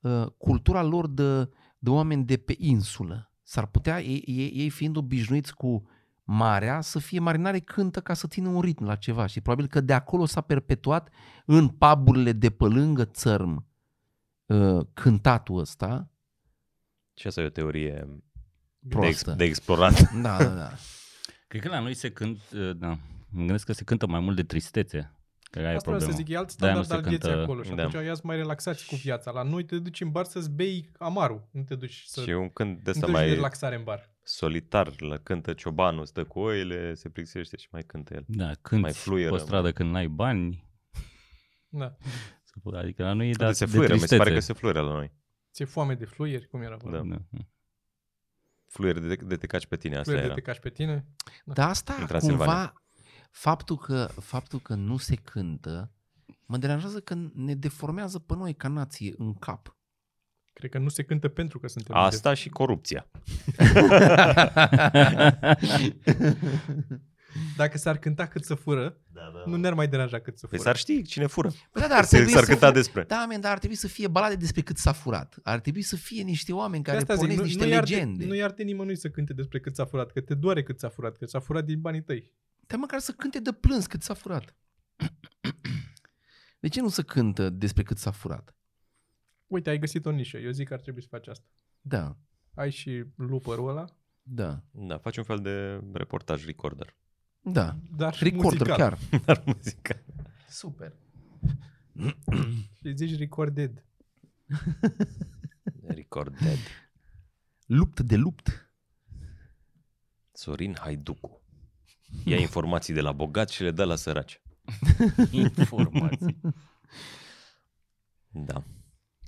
Speaker 2: uh, cultura lor de, de oameni de pe insulă S-ar putea, ei, ei, ei fiind obișnuiți cu marea, să fie marinare cântă ca să țină un ritm la ceva și probabil că de acolo s-a perpetuat în paburile de pe lângă țărm uh, cântatul ăsta.
Speaker 1: Și asta e o teorie de,
Speaker 2: Prostă.
Speaker 1: ex- de explorat.
Speaker 2: Da, da, da.
Speaker 4: Cred că la noi se cânt, uh, da, mă gândesc că se cântă mai mult de tristețe. Că aia e
Speaker 3: Asta vreau să
Speaker 4: problema.
Speaker 3: zic, e alt
Speaker 4: De-aia nu
Speaker 3: standard al
Speaker 4: se
Speaker 3: vieții
Speaker 4: cântă-
Speaker 3: acolo și
Speaker 1: da.
Speaker 3: atunci ia mai relaxați cu viața. La noi te duci în bar să-ți bei amarul, nu te duci să...
Speaker 1: și un cânt de
Speaker 3: nu te
Speaker 1: ăsta
Speaker 3: duci de
Speaker 1: mai
Speaker 3: relaxare în bar.
Speaker 1: solitar, la cântă ciobanul, stă cu oile, se plictisește și mai cântă el.
Speaker 4: Da, când
Speaker 1: mai
Speaker 4: mai
Speaker 1: fluieră,
Speaker 4: fluieră, pe
Speaker 1: mai-
Speaker 4: stradă când n-ai bani,
Speaker 3: Da.
Speaker 4: să pot- adică la noi e
Speaker 1: Da,
Speaker 4: dat
Speaker 1: se
Speaker 4: de
Speaker 1: fluieră, mi se
Speaker 4: tristețe.
Speaker 1: pare că se fluieră la noi.
Speaker 3: Ți-e foame de fluier, cum era?
Speaker 1: Da.
Speaker 3: Da.
Speaker 1: Fluier de, de te caci pe tine, asta
Speaker 3: Fluier de
Speaker 1: era.
Speaker 3: te cași pe tine.
Speaker 2: Dar asta
Speaker 1: Intra în Silvania.
Speaker 2: cumva, faptul că, faptul că nu se cântă, mă deranjează că ne deformează pe noi ca nație în cap.
Speaker 3: Cred că nu se cântă pentru că suntem
Speaker 1: Asta și corupția. Păi
Speaker 3: de- Dacă s-ar cânta cât să fură,
Speaker 1: Da, da.
Speaker 3: nu ne-ar mai deranja cât să
Speaker 1: Păi
Speaker 3: fură.
Speaker 1: s-ar ști cine fură.
Speaker 2: Păi da, dar ar
Speaker 1: Se-
Speaker 2: trebui
Speaker 1: S-ar
Speaker 2: să
Speaker 1: cânta
Speaker 2: fie-
Speaker 1: despre.
Speaker 2: Da, men, dar ar trebui să fie balade despre cât s-a furat. Ar trebui să fie niște oameni
Speaker 3: De
Speaker 2: care
Speaker 3: asta
Speaker 2: pornesc niște
Speaker 3: nu,
Speaker 2: legende.
Speaker 3: Nu iarte nimănui să cânte despre cât s-a furat, că te doare cât s-a furat, că s-a furat din banii tăi.
Speaker 2: Dar măcar să cânte de plâns cât s-a furat. De ce nu să cântă despre cât s-a furat?
Speaker 3: Uite, ai găsit o nișă. Eu zic că ar trebui să faci asta.
Speaker 2: Da,
Speaker 3: Ai și looperul ăla,
Speaker 2: da,
Speaker 1: Da, faci un fel de reportaj recorder.
Speaker 2: da.
Speaker 3: dar și
Speaker 2: Recorder
Speaker 3: muzical.
Speaker 2: chiar.
Speaker 1: Dar muzica.
Speaker 2: Super.
Speaker 3: Și zici recorded.
Speaker 1: Recorded.
Speaker 2: Lupt de lupt.
Speaker 1: Sorin Haiducu. Ia informații de la bogați și le dă la săraci.
Speaker 4: Informații.
Speaker 1: Da.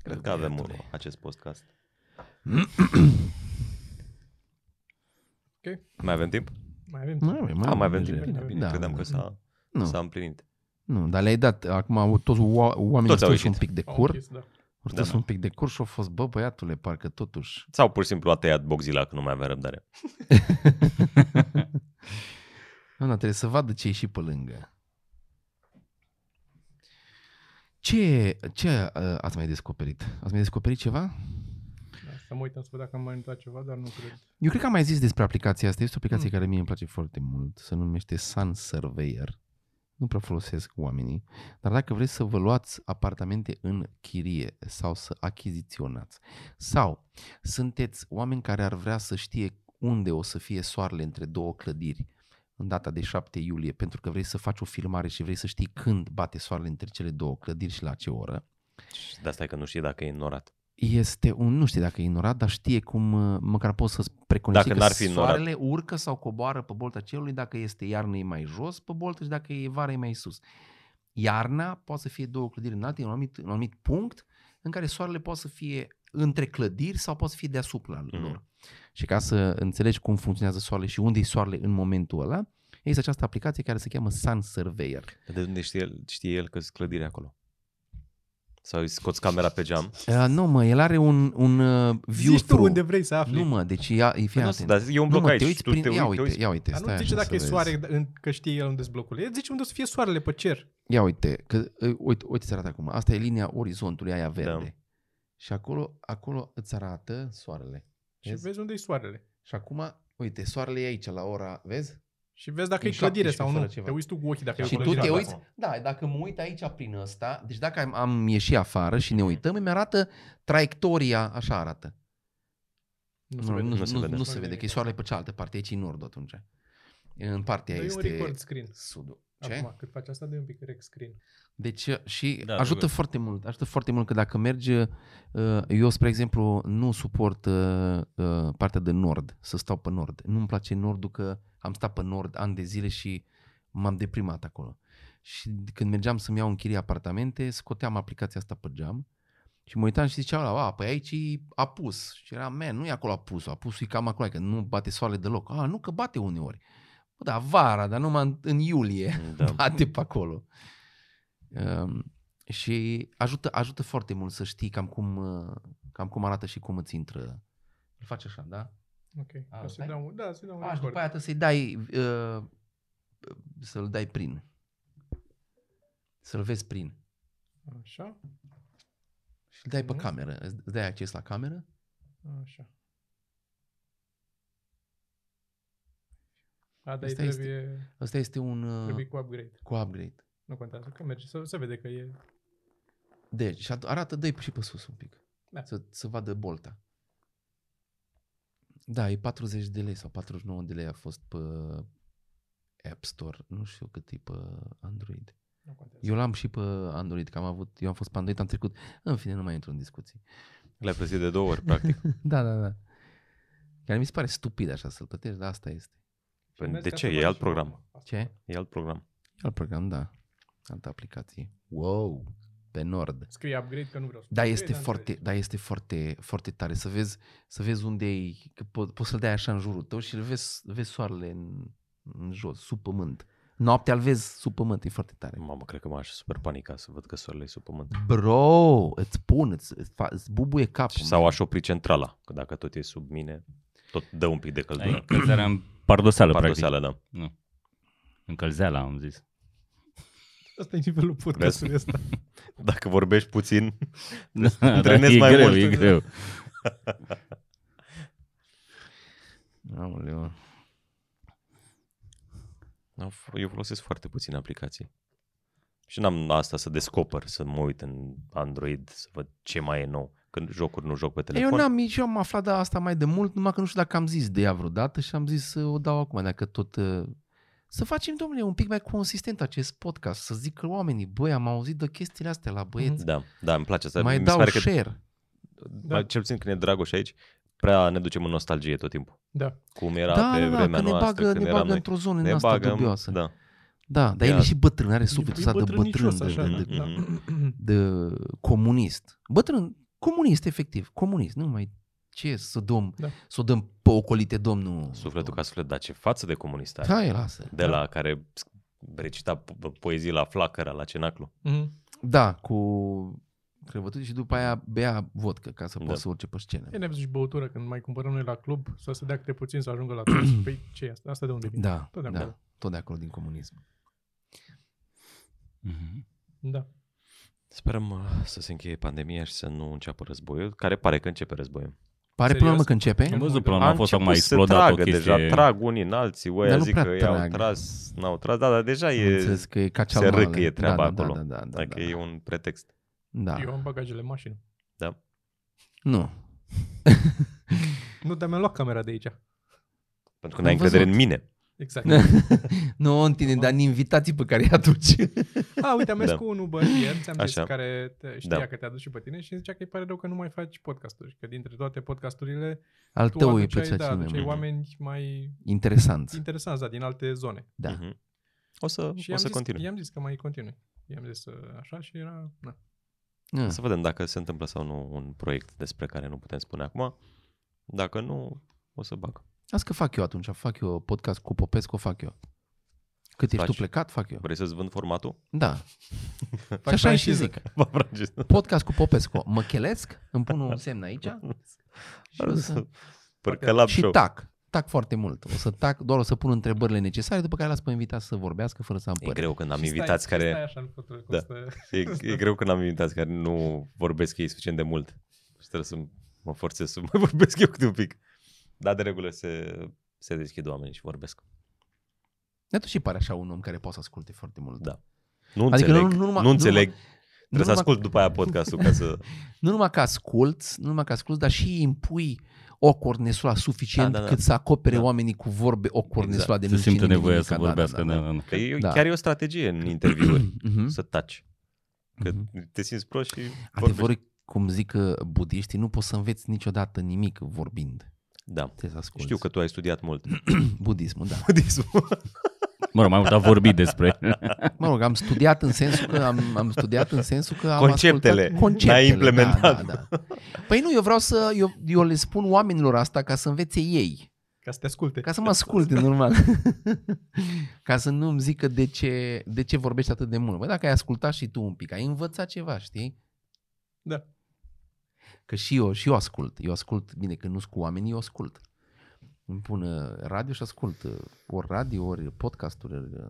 Speaker 1: Cred că
Speaker 4: că
Speaker 1: avem
Speaker 4: iatule.
Speaker 1: o- acest podcast.
Speaker 3: Ok.
Speaker 1: Mai avem timp?
Speaker 3: Mai avem
Speaker 2: Mai
Speaker 3: timp.
Speaker 2: avem,
Speaker 1: Mai ah, mai avem
Speaker 2: deja.
Speaker 1: timp. Bine, bine.
Speaker 2: Da,
Speaker 1: Credeam
Speaker 2: da.
Speaker 1: că s-a,
Speaker 2: Nu.
Speaker 1: s-a împlinit.
Speaker 2: Nu, dar le-ai dat. Acum toți oa- oamenii
Speaker 1: Toți
Speaker 2: toți
Speaker 1: au ieșit.
Speaker 2: un pic de
Speaker 3: Am
Speaker 2: cur.
Speaker 3: închis, da.
Speaker 2: Au
Speaker 1: Da,
Speaker 2: da,
Speaker 1: da.
Speaker 2: un pic de cur și au fost, bă, băiatule, parcă totuși.
Speaker 1: Sau pur și simplu a tăiat Boxila că nu mai avea răbdare.
Speaker 2: Nu, dar trebuie să vadă ce e și pe lângă. Ce, ce uh, ați mai descoperit? Ați mai descoperit ceva?
Speaker 3: Da, Să mă uitam să văd dacă am mai întâmplat ceva, dar nu cred.
Speaker 2: Eu cred că am mai zis despre aplicația asta. Este o aplicație
Speaker 3: Mm.
Speaker 2: care mie îmi place foarte mult. Se numește Sun Surveyor. Nu prea folosesc oamenii. Dar dacă vreți să vă luați apartamente în chirie sau să achiziționați sau sunteți oameni care ar vrea să știe unde o să fie soarele între două clădiri în data de 7 iulie pentru că vrei să faci o filmare și vrei să știi când bate soarele între cele două clădiri și la ce oră,
Speaker 1: Și de asta e că nu știe dacă e norat.
Speaker 2: este un, nu știe dacă e ignorat, dar știe cum, uh, măcar poți să-ți preconizezi
Speaker 1: Dacă
Speaker 2: că
Speaker 1: n-ar fi ignorat.
Speaker 2: soarele urcă sau coboară pe bolta cerului, dacă este iarnă e mai jos pe boltă și dacă e vară e mai sus. Iarna poate să fie două clădiri înalte, în un anumit, în un anumit punct în care soarele poate să fie între clădiri sau poate să fie deasupra
Speaker 1: Mhm.
Speaker 2: lor. Și ca să înțelegi cum funcționează soarele și unde e soarele în momentul ăla, există această aplicație care se cheamă Sun Surveyor.
Speaker 1: Dar De unde știe el, știe el că sunt clădiri acolo? Sau îi scoți camera pe geam?
Speaker 2: Uh, nu mă, el are un, un uh, view
Speaker 3: Zici tu unde vrei să afli.
Speaker 2: Nu mă, deci ia, e fii
Speaker 1: Păi nu,
Speaker 2: atent.
Speaker 1: Dar e un bloc
Speaker 2: nu, mă,
Speaker 1: aici.
Speaker 2: te uiți
Speaker 1: tu
Speaker 2: prin...
Speaker 1: te
Speaker 2: ia
Speaker 1: uiți, te
Speaker 2: uite,
Speaker 1: uiți.
Speaker 2: ia uite,
Speaker 3: Dar
Speaker 2: stai
Speaker 3: nu zice
Speaker 2: așa
Speaker 3: dacă
Speaker 2: să
Speaker 3: e
Speaker 2: vezi.
Speaker 3: soare, în- că știe el unde blocul. El zice unde o să fie soarele pe cer.
Speaker 2: Ia uite, că, ă, uite, uite ți arată acum. Asta e linia orizontului, aia verde.
Speaker 1: Da.
Speaker 2: Da. Și acolo, acolo îți arată soarele.
Speaker 3: Și
Speaker 2: Vezi?
Speaker 3: vezi unde e soarele.
Speaker 2: Și acum, uite, soarele e aici la ora, vezi?
Speaker 3: Și vezi dacă
Speaker 2: E
Speaker 3: e clădire
Speaker 2: 17
Speaker 3: sau nu.
Speaker 2: fără ceva.
Speaker 3: Te uiți tu cu ochii dacă
Speaker 2: și
Speaker 3: e o
Speaker 2: tu
Speaker 3: clădire
Speaker 2: te
Speaker 3: acolo.
Speaker 2: uiți, da, dacă mă uit aici prin ăsta, deci dacă am, am ieșit afară și ne
Speaker 1: Mhm.
Speaker 2: uităm, îmi arată traiectoria, așa arată.
Speaker 3: Nu se
Speaker 2: Nu,
Speaker 3: vede.
Speaker 2: nu,
Speaker 1: Nu se
Speaker 2: nu,
Speaker 1: vede.
Speaker 2: nu se vede,
Speaker 3: nimic.
Speaker 2: că e soarele pe cealaltă parte, aici e nord atunci. În partea
Speaker 3: Dă-i un
Speaker 2: este
Speaker 3: record screen.
Speaker 2: sudul. Ce?
Speaker 3: Acum, cât faci asta, dă un pic rec screen.
Speaker 2: Deci și
Speaker 4: Da,
Speaker 2: da, ajută
Speaker 4: trebuie.
Speaker 2: foarte mult, ajută foarte mult că dacă mergi, uh, eu spre exemplu nu suport uh, uh, partea de nord, să stau pe nord. Nu-mi place nordul că am stat pe nord ani de zile și m-am deprimat acolo. Și când mergeam să-mi iau în chirie apartamente, scoteam aplicația asta pe geam și mă uitam și ziceam la, a, păi aici e apus. Și era, man, nu e acolo apusul, apusul e cam acolo, că nu bate soarele deloc. A, nu că bate uneori. Bă, da, vara, dar numai în, în iulie
Speaker 1: Da.
Speaker 2: bate pe acolo. Um, și ajută, ajută foarte mult să știi cam cum, uh, cam cum arată și cum îți intră. Îl faci așa, da?
Speaker 3: Ok.
Speaker 2: A,
Speaker 3: o să-i
Speaker 2: stai?
Speaker 3: dau un- Da, să-i dau un
Speaker 2: A, Ah, și
Speaker 3: record.
Speaker 2: după aia trebuie să-i dai, uh, să-l dai prin. Să-l vezi prin.
Speaker 3: Așa,
Speaker 2: Și îl dai pe
Speaker 3: Mhm.
Speaker 2: cameră. Îți îți dai acces la cameră
Speaker 3: așa. A, dar
Speaker 2: Asta
Speaker 3: este...
Speaker 2: este-
Speaker 3: trebuie,
Speaker 2: Asta este un uh,
Speaker 3: trebuie cu upgrade.
Speaker 2: cu upgrade.
Speaker 3: Nu contează, că merge. Să, se vede că e...
Speaker 2: Deci, și at- arată, dă și pe sus un pic.
Speaker 3: Da.
Speaker 2: Să, să vadă bolta. Da, e 40 de lei sau 49 de lei a fost pe App Store. Nu știu cât e pe Android.
Speaker 3: Nu contează.
Speaker 2: Eu l-am și pe Android, că am avut, eu am fost pe Android, am trecut. În fine, nu mai intru în discuții.
Speaker 1: Le-ai plătit de două ori, practic.
Speaker 2: da, da, da. Care mi se pare stupid așa să-l plătești, dar asta este.
Speaker 1: Păi
Speaker 3: Și
Speaker 1: de
Speaker 3: mergi
Speaker 1: ce?
Speaker 3: ca să
Speaker 1: E alt
Speaker 3: faci
Speaker 1: program.
Speaker 3: asta.
Speaker 2: Ce?
Speaker 1: E alt program.
Speaker 2: Al program, da. Altă aplicație. Wow! Pe Nord.
Speaker 3: Scrie upgrade că nu vreau să
Speaker 2: Da,
Speaker 3: upgrade,
Speaker 2: este
Speaker 3: dar
Speaker 2: foarte,
Speaker 3: înțelegi.
Speaker 2: da, este foarte, foarte tare să vezi, să vezi unde e, că po- poți să-l dai așa în jurul tău și îl vezi, vezi soarele în, în jos, sub pământ. Noaptea îl vezi sub pământ, e foarte tare.
Speaker 1: Mamă, cred că m-aș super panica să văd că soarele e sub pământ.
Speaker 2: Bro, îți pun, îți, îți, fa- îți bubuie capul.
Speaker 1: Sau aș opri centrala, că dacă tot e sub mine, tot dă un pic de
Speaker 4: Ai
Speaker 1: căldură.
Speaker 4: încălzerea în pardoseală, practic.
Speaker 1: Da. Pardoseală, da.
Speaker 4: Încălzeala, am zis.
Speaker 3: Asta e nivelul podcastului ăsta.
Speaker 1: Dacă vorbești puțin,
Speaker 4: Dar
Speaker 1: Antrenezi
Speaker 4: Da, e
Speaker 1: mai
Speaker 4: greu,
Speaker 1: mult
Speaker 4: e
Speaker 1: în-
Speaker 4: greu.
Speaker 2: Aoleu.
Speaker 1: Au f- Eu folosesc foarte puțin aplicații. Și n-am asta să descoper, să mă uit în Android, să văd ce mai e nou. Când jocuri nu joc pe
Speaker 2: Eu
Speaker 1: telefon.
Speaker 2: n-am, nici eu am aflat de asta mai de mult, numai că nu știu dacă am zis de ea vreodată și am zis să o dau acum, dacă tot... uh, Să facem, domnule, un pic mai consistent acest podcast, să zic că oamenii, băi, am auzit de chestiile astea la băieți.
Speaker 1: Da, da, îmi place asta.
Speaker 2: Mai
Speaker 1: Mi se
Speaker 2: dau
Speaker 1: pare că,
Speaker 2: share.
Speaker 1: da. cel puțin când e Dragoș aici, prea ne ducem în nostalgie tot timpul.
Speaker 3: Da.
Speaker 1: Cum era pe vremea
Speaker 2: că ne
Speaker 1: noastră,
Speaker 2: bagă,
Speaker 1: când
Speaker 2: ne
Speaker 1: eram
Speaker 2: bagă
Speaker 1: noi.
Speaker 2: într-o zonă
Speaker 1: ne
Speaker 2: din asta
Speaker 1: bagă,
Speaker 2: dubioasă. Da,
Speaker 1: da.
Speaker 2: da dar el
Speaker 1: Ia.
Speaker 2: e și bătrân, are sufletul ăsta de
Speaker 3: bătrânicios,
Speaker 2: bătrân, de,
Speaker 3: așa,
Speaker 2: de,
Speaker 1: Mhm,
Speaker 2: de,
Speaker 3: da.
Speaker 2: de comunist. Bătrân, comunist, efectiv, comunist. Nu mai ce să dăm,
Speaker 3: Da.
Speaker 2: să o dăm pe ocolite domnul.
Speaker 1: Sufletul ca suflet, dar ce față de comunist are.
Speaker 2: Da, e, lasă.
Speaker 1: De la care recita po- poezii la flacăra, la cenaclu.
Speaker 3: Mhm.
Speaker 2: Da, cu crevături și după aia bea vodcă ca să
Speaker 1: Da.
Speaker 2: da. poți să urce pe scenă.
Speaker 3: E nebzul și băutură când mai cumpărăm noi la club, să se dea câte puțin să ajungă la toți. Păi ce e asta? Asta de unde vine?
Speaker 2: Da,
Speaker 3: Tot de acolo.
Speaker 2: da, tot de acolo din comunism.
Speaker 4: Mhm.
Speaker 3: Da.
Speaker 1: Sperăm uh, să se încheie pandemia și să nu înceapă războiul, care pare că începe războiul.
Speaker 2: Pare
Speaker 3: Serios?
Speaker 2: până la urmă că începe?
Speaker 4: Am văzut
Speaker 3: mă
Speaker 4: până
Speaker 1: A
Speaker 4: a fost acum a
Speaker 1: început să
Speaker 4: explodat o
Speaker 1: tragă
Speaker 4: chestie.
Speaker 1: deja, trag unii în alții, ăia
Speaker 2: Dar nu
Speaker 1: zic
Speaker 2: prea
Speaker 1: că i-au
Speaker 2: trag.
Speaker 1: tras, n-au tras, da, dar deja
Speaker 2: Am
Speaker 1: e,
Speaker 2: înțeles că e ca cea
Speaker 1: se
Speaker 2: mare.
Speaker 1: râcă e treaba
Speaker 2: da, da,
Speaker 1: acolo.
Speaker 2: Da, da, da, da,
Speaker 1: dacă
Speaker 2: da.
Speaker 1: e un pretext.
Speaker 2: da.
Speaker 3: Eu am bagajele în mașină.
Speaker 2: Nu.
Speaker 3: Nu, dar mi-am luat camera de aici.
Speaker 1: Pentru că n-ai
Speaker 2: Am
Speaker 1: încredere în
Speaker 2: văzut.
Speaker 1: mine.
Speaker 3: Exact.
Speaker 2: nu în tine, dar în invitații pe care îi aduci.
Speaker 3: A, uite, am mers
Speaker 1: Da.
Speaker 3: da. cu un Uber ieri, ți-am zis,
Speaker 1: Așa.
Speaker 3: care te știa
Speaker 1: Da.
Speaker 3: da. că te-a dus și pe tine și îmi zicea că îi pare rău că nu mai faci podcasturi, că dintre toate podcasturile
Speaker 2: Al
Speaker 3: tu
Speaker 2: tău e
Speaker 3: aduceai,
Speaker 2: plăcea
Speaker 3: da,
Speaker 2: cel mai
Speaker 3: aduceai
Speaker 2: mult.
Speaker 3: oameni mai
Speaker 2: Interesant.
Speaker 3: interesanți, da, din alte zone.
Speaker 2: Da.
Speaker 1: Mhm. O să,
Speaker 3: Și
Speaker 1: o
Speaker 3: i-am
Speaker 1: să
Speaker 3: zis,
Speaker 1: continui.
Speaker 3: I-am zis că mai continui. I-am zis uh, așa și era... Na.
Speaker 2: Mm.
Speaker 1: Să vedem dacă se întâmplă sau nu un proiect despre care nu putem spune acum. Dacă nu, o să bag.
Speaker 2: Asta că fac eu atunci, fac eu podcast cu Popescu, fac eu. Cât ești tu
Speaker 1: faci.
Speaker 2: plecat, fac eu.
Speaker 1: Vrei să-ți vând formatul?
Speaker 2: Da. și așa și
Speaker 3: franciză.
Speaker 2: zic.
Speaker 1: Ba, Francis,
Speaker 2: Podcast cu Popescu. Mă chelesc, îmi pun un semn aici și, o
Speaker 1: vreau
Speaker 2: să...
Speaker 1: să părcă la
Speaker 2: și
Speaker 1: show.
Speaker 2: tac. Tac foarte mult. O să tac, doar o să pun întrebările necesare, după care las pe invitați să vorbească fără să am
Speaker 1: E
Speaker 2: părere.
Speaker 1: greu când am
Speaker 3: Și stai-
Speaker 1: invitați
Speaker 3: și
Speaker 1: care
Speaker 3: Stai așa, nu pot
Speaker 1: Da.
Speaker 3: da. să...
Speaker 1: E, e greu când am invitați care nu vorbesc ei suficient de mult. Și trebuie să mă forțez să mai vorbesc eu câte un pic. Dar de regulă se, se deschid oamenii și vorbesc.
Speaker 2: De atunci și pare așa un om care poate să asculte foarte mult.
Speaker 1: Da. Nu
Speaker 2: Adică
Speaker 1: înțeleg.
Speaker 2: nu-
Speaker 1: Adică
Speaker 2: nu
Speaker 1: nu,
Speaker 2: numai-
Speaker 1: nu,
Speaker 2: nu
Speaker 1: nu înțeleg.
Speaker 2: nu
Speaker 1: Trebuie să
Speaker 2: numai-
Speaker 1: ascult după aia podcastul ca să...
Speaker 2: Nu numai că asculți, nu numai că asculți, dar și îi impui ocornesul suficient
Speaker 1: Da, da, da.
Speaker 2: cât să acopere
Speaker 1: Da.
Speaker 2: da. oamenii cu vorbe ocornesul exact. de
Speaker 4: Se
Speaker 2: nu
Speaker 4: simte
Speaker 2: știe
Speaker 4: nevoia
Speaker 2: nimic,
Speaker 4: să vorbească. Da, da, da.
Speaker 1: Că e,
Speaker 2: Da.
Speaker 1: da. Chiar e o strategie în interviuri.
Speaker 2: Mhm.
Speaker 1: să taci. Că
Speaker 2: Mhm.
Speaker 1: te simți prost și vorbești.
Speaker 2: Adevărul, e, cum zic uh, budiștii, nu poți să înveți niciodată nimic vorbind.
Speaker 1: Da.
Speaker 2: Trebuie să asculti.
Speaker 1: Știu că tu ai studiat mult.
Speaker 2: Budismul, da.
Speaker 1: Budismul.
Speaker 4: Mă rog, mai mult a vorbit despre.
Speaker 2: Mă rog, am studiat în sensul că am, am studiat în sensul că am
Speaker 1: Conceptele.
Speaker 2: ascultat
Speaker 1: N-ai implementat.
Speaker 2: Da, da, da. Păi nu, eu vreau să eu, eu le spun oamenilor asta ca să învețe ei,
Speaker 3: Ca să te asculte.
Speaker 2: ca să mă asculte normal. ca să nu îmi zică de ce, de ce vorbești atât de mult. Bă, dacă ai ascultat și tu un pic, ai învățat ceva, știi?
Speaker 3: Da.
Speaker 2: Că și eu, și eu ascult. Eu ascult, bine, că nu sunt cu oamenii, eu ascult. Îmi pun uh, radio și ascult. uh, Ori radio, ori podcasturi. Ori, uh,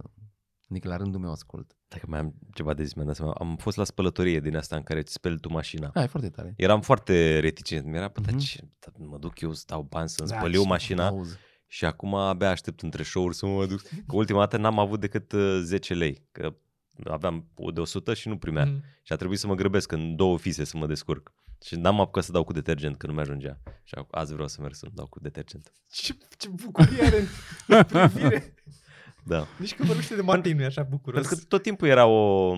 Speaker 2: adică la rândul meu ascult.
Speaker 1: Dacă mai am ceva de zis, mi-am dat seama. Am fost la spălătorie din asta în care îți speli tu mașina.
Speaker 2: Da, e foarte tare.
Speaker 1: Eram foarte reticent. Mi-era, bă, dar
Speaker 2: Mhm.
Speaker 1: ce, dar mă duc eu, stau bani să-mi
Speaker 2: Da,
Speaker 1: spăl eu
Speaker 2: și
Speaker 1: mașina
Speaker 2: auzi.
Speaker 1: Și acum abia aștept între show-uri să mă duc. Că ultima dată n-am avut decât uh, 10 lei. Că aveam o de 100 și nu
Speaker 2: Mm.
Speaker 1: primeam.
Speaker 3: Mhm.
Speaker 1: Și a trebuit să mă grăbesc în două fise să mă descurc. Și n-am apucat să dau cu detergent, că nu mi-ajungea. Și ac- azi vreau să merg să dau cu detergent.
Speaker 3: Ce, ce bucurie are în privire.
Speaker 1: Da.
Speaker 3: Nici că vorbește de Martin, nu e așa bucuros.
Speaker 1: Pentru că tot timpul era o...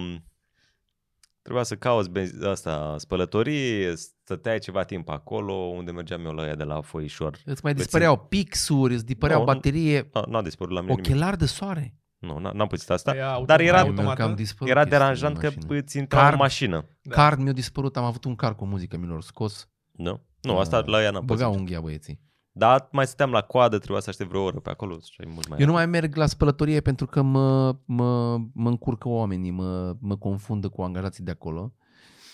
Speaker 1: Trebuia să cauți benzi... asta, spălătorii, stăteai ceva timp acolo, unde mergeam eu la ea de la foișor.
Speaker 2: Îți mai
Speaker 1: Puțin.
Speaker 2: dispăreau pixuri, îți dispăreau
Speaker 1: Nu, nu.
Speaker 2: baterie,
Speaker 1: Nu, n-a dispărut la mine nimic.
Speaker 2: ochelari de soare.
Speaker 1: Nu, n- n-am pățit asta.
Speaker 3: Aia auto-
Speaker 1: dar era- da?
Speaker 3: aia
Speaker 2: Ai meu, că
Speaker 3: automată.
Speaker 2: am dispărut
Speaker 1: Era
Speaker 2: Păi, chestia din
Speaker 1: deranjant că
Speaker 2: mașină.
Speaker 1: îți intra
Speaker 2: Card.
Speaker 1: în mașină.
Speaker 3: Da.
Speaker 2: Card mi-a dispărut, am avut un card cu muzică, mi l-au scos.
Speaker 1: Nu?
Speaker 2: Ah,
Speaker 1: Nu, asta la ea n-am
Speaker 2: Băga
Speaker 1: pățit.
Speaker 2: unghia băieții.
Speaker 1: Dar mai stăteam la coadă, trebuia să aștept vreo oră pe acolo. și ai mult mai
Speaker 2: Eu nu mai merg la spălătorie pentru că mă, mă, mă încurcă oamenii, mă, mă confundă cu angajații de acolo.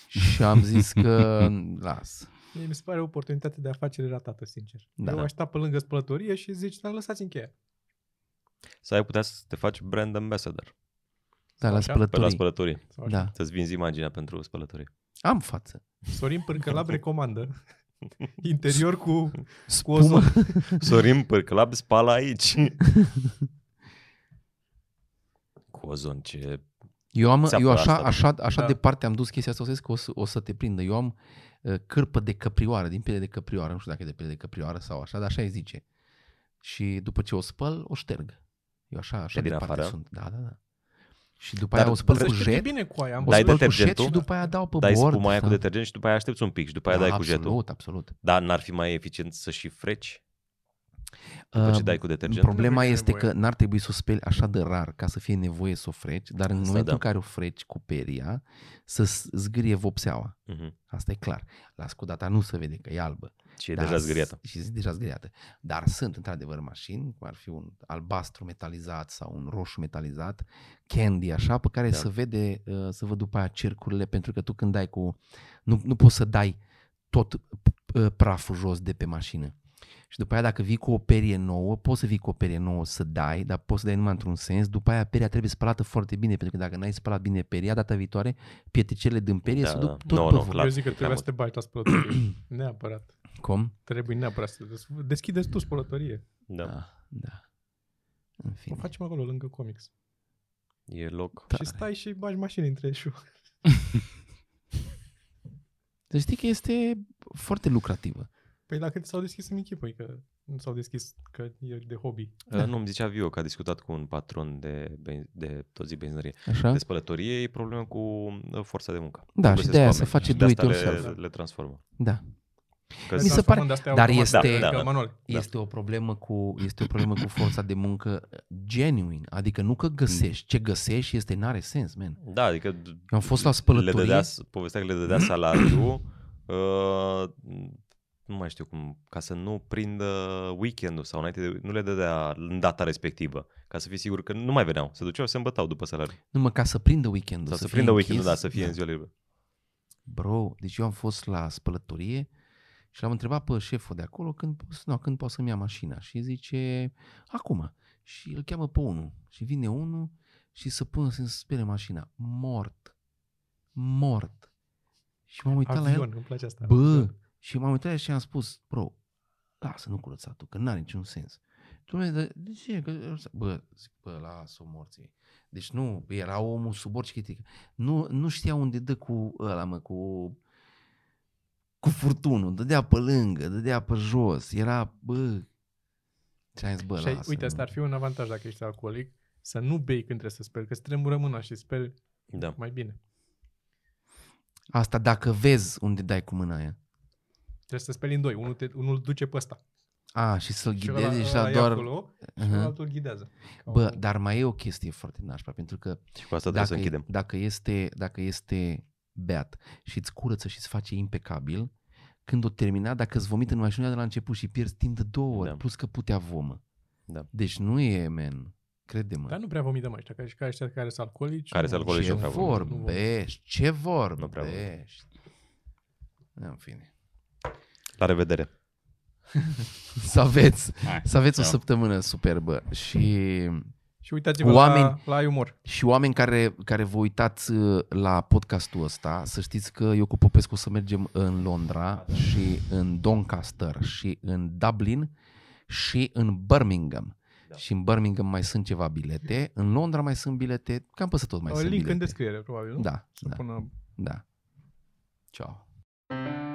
Speaker 2: Și am zis că las.
Speaker 3: Mie mi se pare o oportunitate de afacere ratată, sincer.
Speaker 2: Da.
Speaker 3: Da. Eu aș sta pe lângă spălătorie și zici, "Da, dar lăsați încheia.
Speaker 1: Să ai putea să te faci brand ambassador
Speaker 2: Dar Da, la
Speaker 3: Așa?
Speaker 1: pe la
Speaker 2: spălătorie.
Speaker 1: spălătorii.
Speaker 3: Sau așa.
Speaker 2: Da.
Speaker 1: Să-ți vinzi imaginea pentru spălătorii.
Speaker 2: Am față.
Speaker 3: Sorin Pârcălab
Speaker 2: Da.
Speaker 3: recomandă. Interior cu, cu
Speaker 2: Spumă.
Speaker 3: ozon.
Speaker 1: Sorin Pârclab spală aici. Cu ozon ce...
Speaker 2: Eu, am,
Speaker 1: Ți-a
Speaker 2: eu
Speaker 1: părat
Speaker 2: așa,
Speaker 1: asta,
Speaker 2: așa, așa
Speaker 3: Da.
Speaker 2: departe am dus chestia asta, o să, zic că o să, o să te prindă. Eu am uh, cârpă de căprioară, din piele de căprioară, nu știu dacă e de piele de căprioară sau așa, dar așa îi zice. Și după ce o spăl, o șterg. Eu așa, așa
Speaker 1: Pe din
Speaker 2: departe
Speaker 1: afară?
Speaker 2: sunt. Da, da, da. Și după
Speaker 1: Dar
Speaker 2: aia o spăl cu
Speaker 3: Vezi că E
Speaker 2: jet,
Speaker 3: bine cu aia. am
Speaker 2: o
Speaker 1: Dai
Speaker 2: spăl
Speaker 3: văzut.
Speaker 2: cu jet
Speaker 1: detergentul?
Speaker 2: și după aia dau pe
Speaker 1: Dai
Speaker 2: bord.
Speaker 1: spuma aia cu
Speaker 2: da.
Speaker 1: detergent și după aia aștepți un pic și după aia
Speaker 2: Da,
Speaker 1: dai cu
Speaker 2: absolut,
Speaker 1: jetul.
Speaker 2: absolut.
Speaker 1: Dar n-ar fi mai eficient să și freci după ce
Speaker 2: Uh,
Speaker 1: dai cu detergent?
Speaker 2: Problema
Speaker 3: Nu cred că
Speaker 2: este
Speaker 3: e
Speaker 2: că n-ar trebui să o speli așa de rar ca să fie nevoie să o freci, dar în
Speaker 1: Asta
Speaker 2: momentul
Speaker 1: da.
Speaker 2: în care o freci cu peria, să s- zgârie vopseaua.
Speaker 1: Mhm.
Speaker 2: Asta e clar. La scudata nu se vede că e albă.
Speaker 1: Și e
Speaker 2: Dar
Speaker 1: deja
Speaker 2: Da, s-
Speaker 1: zgâriată.
Speaker 2: Și e deja zgâriată. Dar sunt într-adevăr mașini, cum ar fi un albastru metalizat sau un roșu metalizat, candy așa, pe care
Speaker 1: Da.
Speaker 2: da. se vede, uh, să văd după aia cercurile, pentru că tu când dai cu... Nu, nu poți să dai tot uh, praful jos de pe mașină. Și după aia dacă vii cu o perie nouă, poți să vii cu o perie nouă să dai, dar poți să dai numai într-un sens. După aia peria trebuie spălată foarte bine, pentru că dacă n-ai spălat bine peria, data viitoare pietricele din perie
Speaker 1: Da,
Speaker 2: se
Speaker 1: da.
Speaker 2: duc tot
Speaker 1: Nu,
Speaker 2: pe
Speaker 1: nu,
Speaker 2: vârf.
Speaker 1: clar.
Speaker 3: Eu zic că
Speaker 1: e prea
Speaker 3: trebuia să te bagi la spălătorie. neapărat.
Speaker 2: Cum?
Speaker 3: Trebuie neapărat să des- deschideți tu spălătorie.
Speaker 1: Da.
Speaker 2: Da, da. În
Speaker 3: O
Speaker 2: fine.
Speaker 3: facem acolo, lângă comics.
Speaker 1: E loc.
Speaker 2: Tare.
Speaker 3: Și stai și bagi mașini între și
Speaker 2: Să Deci știi că este foarte lucrativă.
Speaker 3: Păi dacă ți s-au deschis, îmi închipui că nu s-au deschis, că e de hobby.
Speaker 1: Da. Nu, îmi zicea Viu că a discutat cu un patron de, benzi- de tot zi benzinărie.
Speaker 2: Așa?
Speaker 1: De spălătorie e problemă cu uh, forța de muncă.
Speaker 2: Da, și
Speaker 1: Găsesc
Speaker 2: de aia
Speaker 1: oameni
Speaker 2: se face
Speaker 1: și de
Speaker 2: do it
Speaker 1: asta le,
Speaker 2: yourself.
Speaker 1: le transformă.
Speaker 2: Da.
Speaker 1: Că
Speaker 2: Mi
Speaker 1: sunt-
Speaker 2: se pare- dar este-
Speaker 1: Da,
Speaker 3: Da,
Speaker 1: da.
Speaker 3: da, manual.
Speaker 1: Da.
Speaker 2: Este o problemă cu este o problemă cu forța de muncă genuine, adică nu că găsești, ce găsești este n-are sens, man.
Speaker 1: Da, adică
Speaker 2: Eu am fost la
Speaker 1: le
Speaker 2: spălătorie.
Speaker 1: dădea, povestea că le dădea salariul, uh, nu mai știu cum, ca să nu prindă weekendul sau înainte de, nu le dădea în data respectivă, ca să fii sigur că nu mai veneau, se duceau, se îmbătau după salariu.
Speaker 2: Numai ca să prindă weekendul,
Speaker 1: Sau să,
Speaker 2: fie
Speaker 1: prindă
Speaker 2: închis.
Speaker 1: weekendul, da, să fie în ziua liberă.
Speaker 2: Bro, deci eu am fost la spălătorie și l-am întrebat pe șeful de acolo când, po- no, când poate să-mi ia mașina și zice, acum. Și îl cheamă pe unul și vine unul și să pună să-mi spere mașina. Mort. Mort. Și m-am uitat la el.
Speaker 3: Avion, îmi place asta. Da.
Speaker 2: Bă, și m-am uitat și am spus, bro, lasă, nu curăța tu, că n-are niciun sens. Dumnezeu, dar de ce? Că... Bă, zic, bă, lasă-o morții. Deci nu, era omul sub orice critică. Nu, nu știa unde dă cu ăla, mă, cu cu furtunul, dădea pe lângă, dădea pe jos, era, bă, ce am zis, bă,
Speaker 3: Și ai-
Speaker 2: lasă,
Speaker 3: uite, asta
Speaker 2: nu.
Speaker 3: ar fi un avantaj dacă ești alcoolic, să nu bei când trebuie să speli, că îți tremură mâna și speli
Speaker 1: Da.
Speaker 3: mai bine.
Speaker 2: asta dacă vezi unde dai cu mâna aia.
Speaker 3: Trebuie să speli în doi, unul, te, unul îl duce pe ăsta.
Speaker 2: A, și să-l
Speaker 3: Și ăla,
Speaker 2: ghidezi și
Speaker 3: ăla
Speaker 2: la
Speaker 3: e
Speaker 2: doar...
Speaker 3: Acolo, și
Speaker 2: Aha.
Speaker 3: uh-huh. altul ghidează. Ca
Speaker 2: Bă,
Speaker 3: un-
Speaker 2: dar mai e o chestie foarte nașpa, pentru că
Speaker 1: Și cu asta trebuie
Speaker 2: dacă,
Speaker 1: să închidem.
Speaker 2: dacă, este, dacă este beat și îți curăță și îți face impecabil, când o termina, dacă îți vomită în mașina de la început și pierzi timp de două ori,
Speaker 1: Da.
Speaker 2: da. plus că putea vomă.
Speaker 1: Da.
Speaker 2: Deci nu e, man, crede-mă.
Speaker 3: Dar nu prea vomităm ăștia, ca și ca ăștia care sunt alcoolici.
Speaker 1: Care
Speaker 3: nu-
Speaker 1: sunt alcoolici
Speaker 2: ce
Speaker 1: nu prea vom-
Speaker 2: vorbești, ce
Speaker 1: Nu prea vom.
Speaker 2: vorbești. În fine.
Speaker 1: La revedere.
Speaker 2: Să aveți,
Speaker 4: Hai,
Speaker 2: să aveți o
Speaker 1: Da.
Speaker 4: ceau.
Speaker 2: săptămână superbă și
Speaker 3: Și uitați-vă
Speaker 2: Oameni-
Speaker 3: la, la ai umor.
Speaker 2: Și oameni care, care vă uitați uh, la podcastul ăsta, să știți că eu cu Popescu o să mergem în Londra și în Doncaster și în Dublin și în Birmingham. Da. Și în Birmingham mai sunt ceva bilete, în Londra mai sunt bilete, cam peste tot mai
Speaker 3: O
Speaker 2: sunt
Speaker 3: link
Speaker 2: bilete.
Speaker 3: în descriere, probabil, nu?
Speaker 2: Da,
Speaker 3: Să
Speaker 2: da,
Speaker 3: pună
Speaker 2: da. Ciao.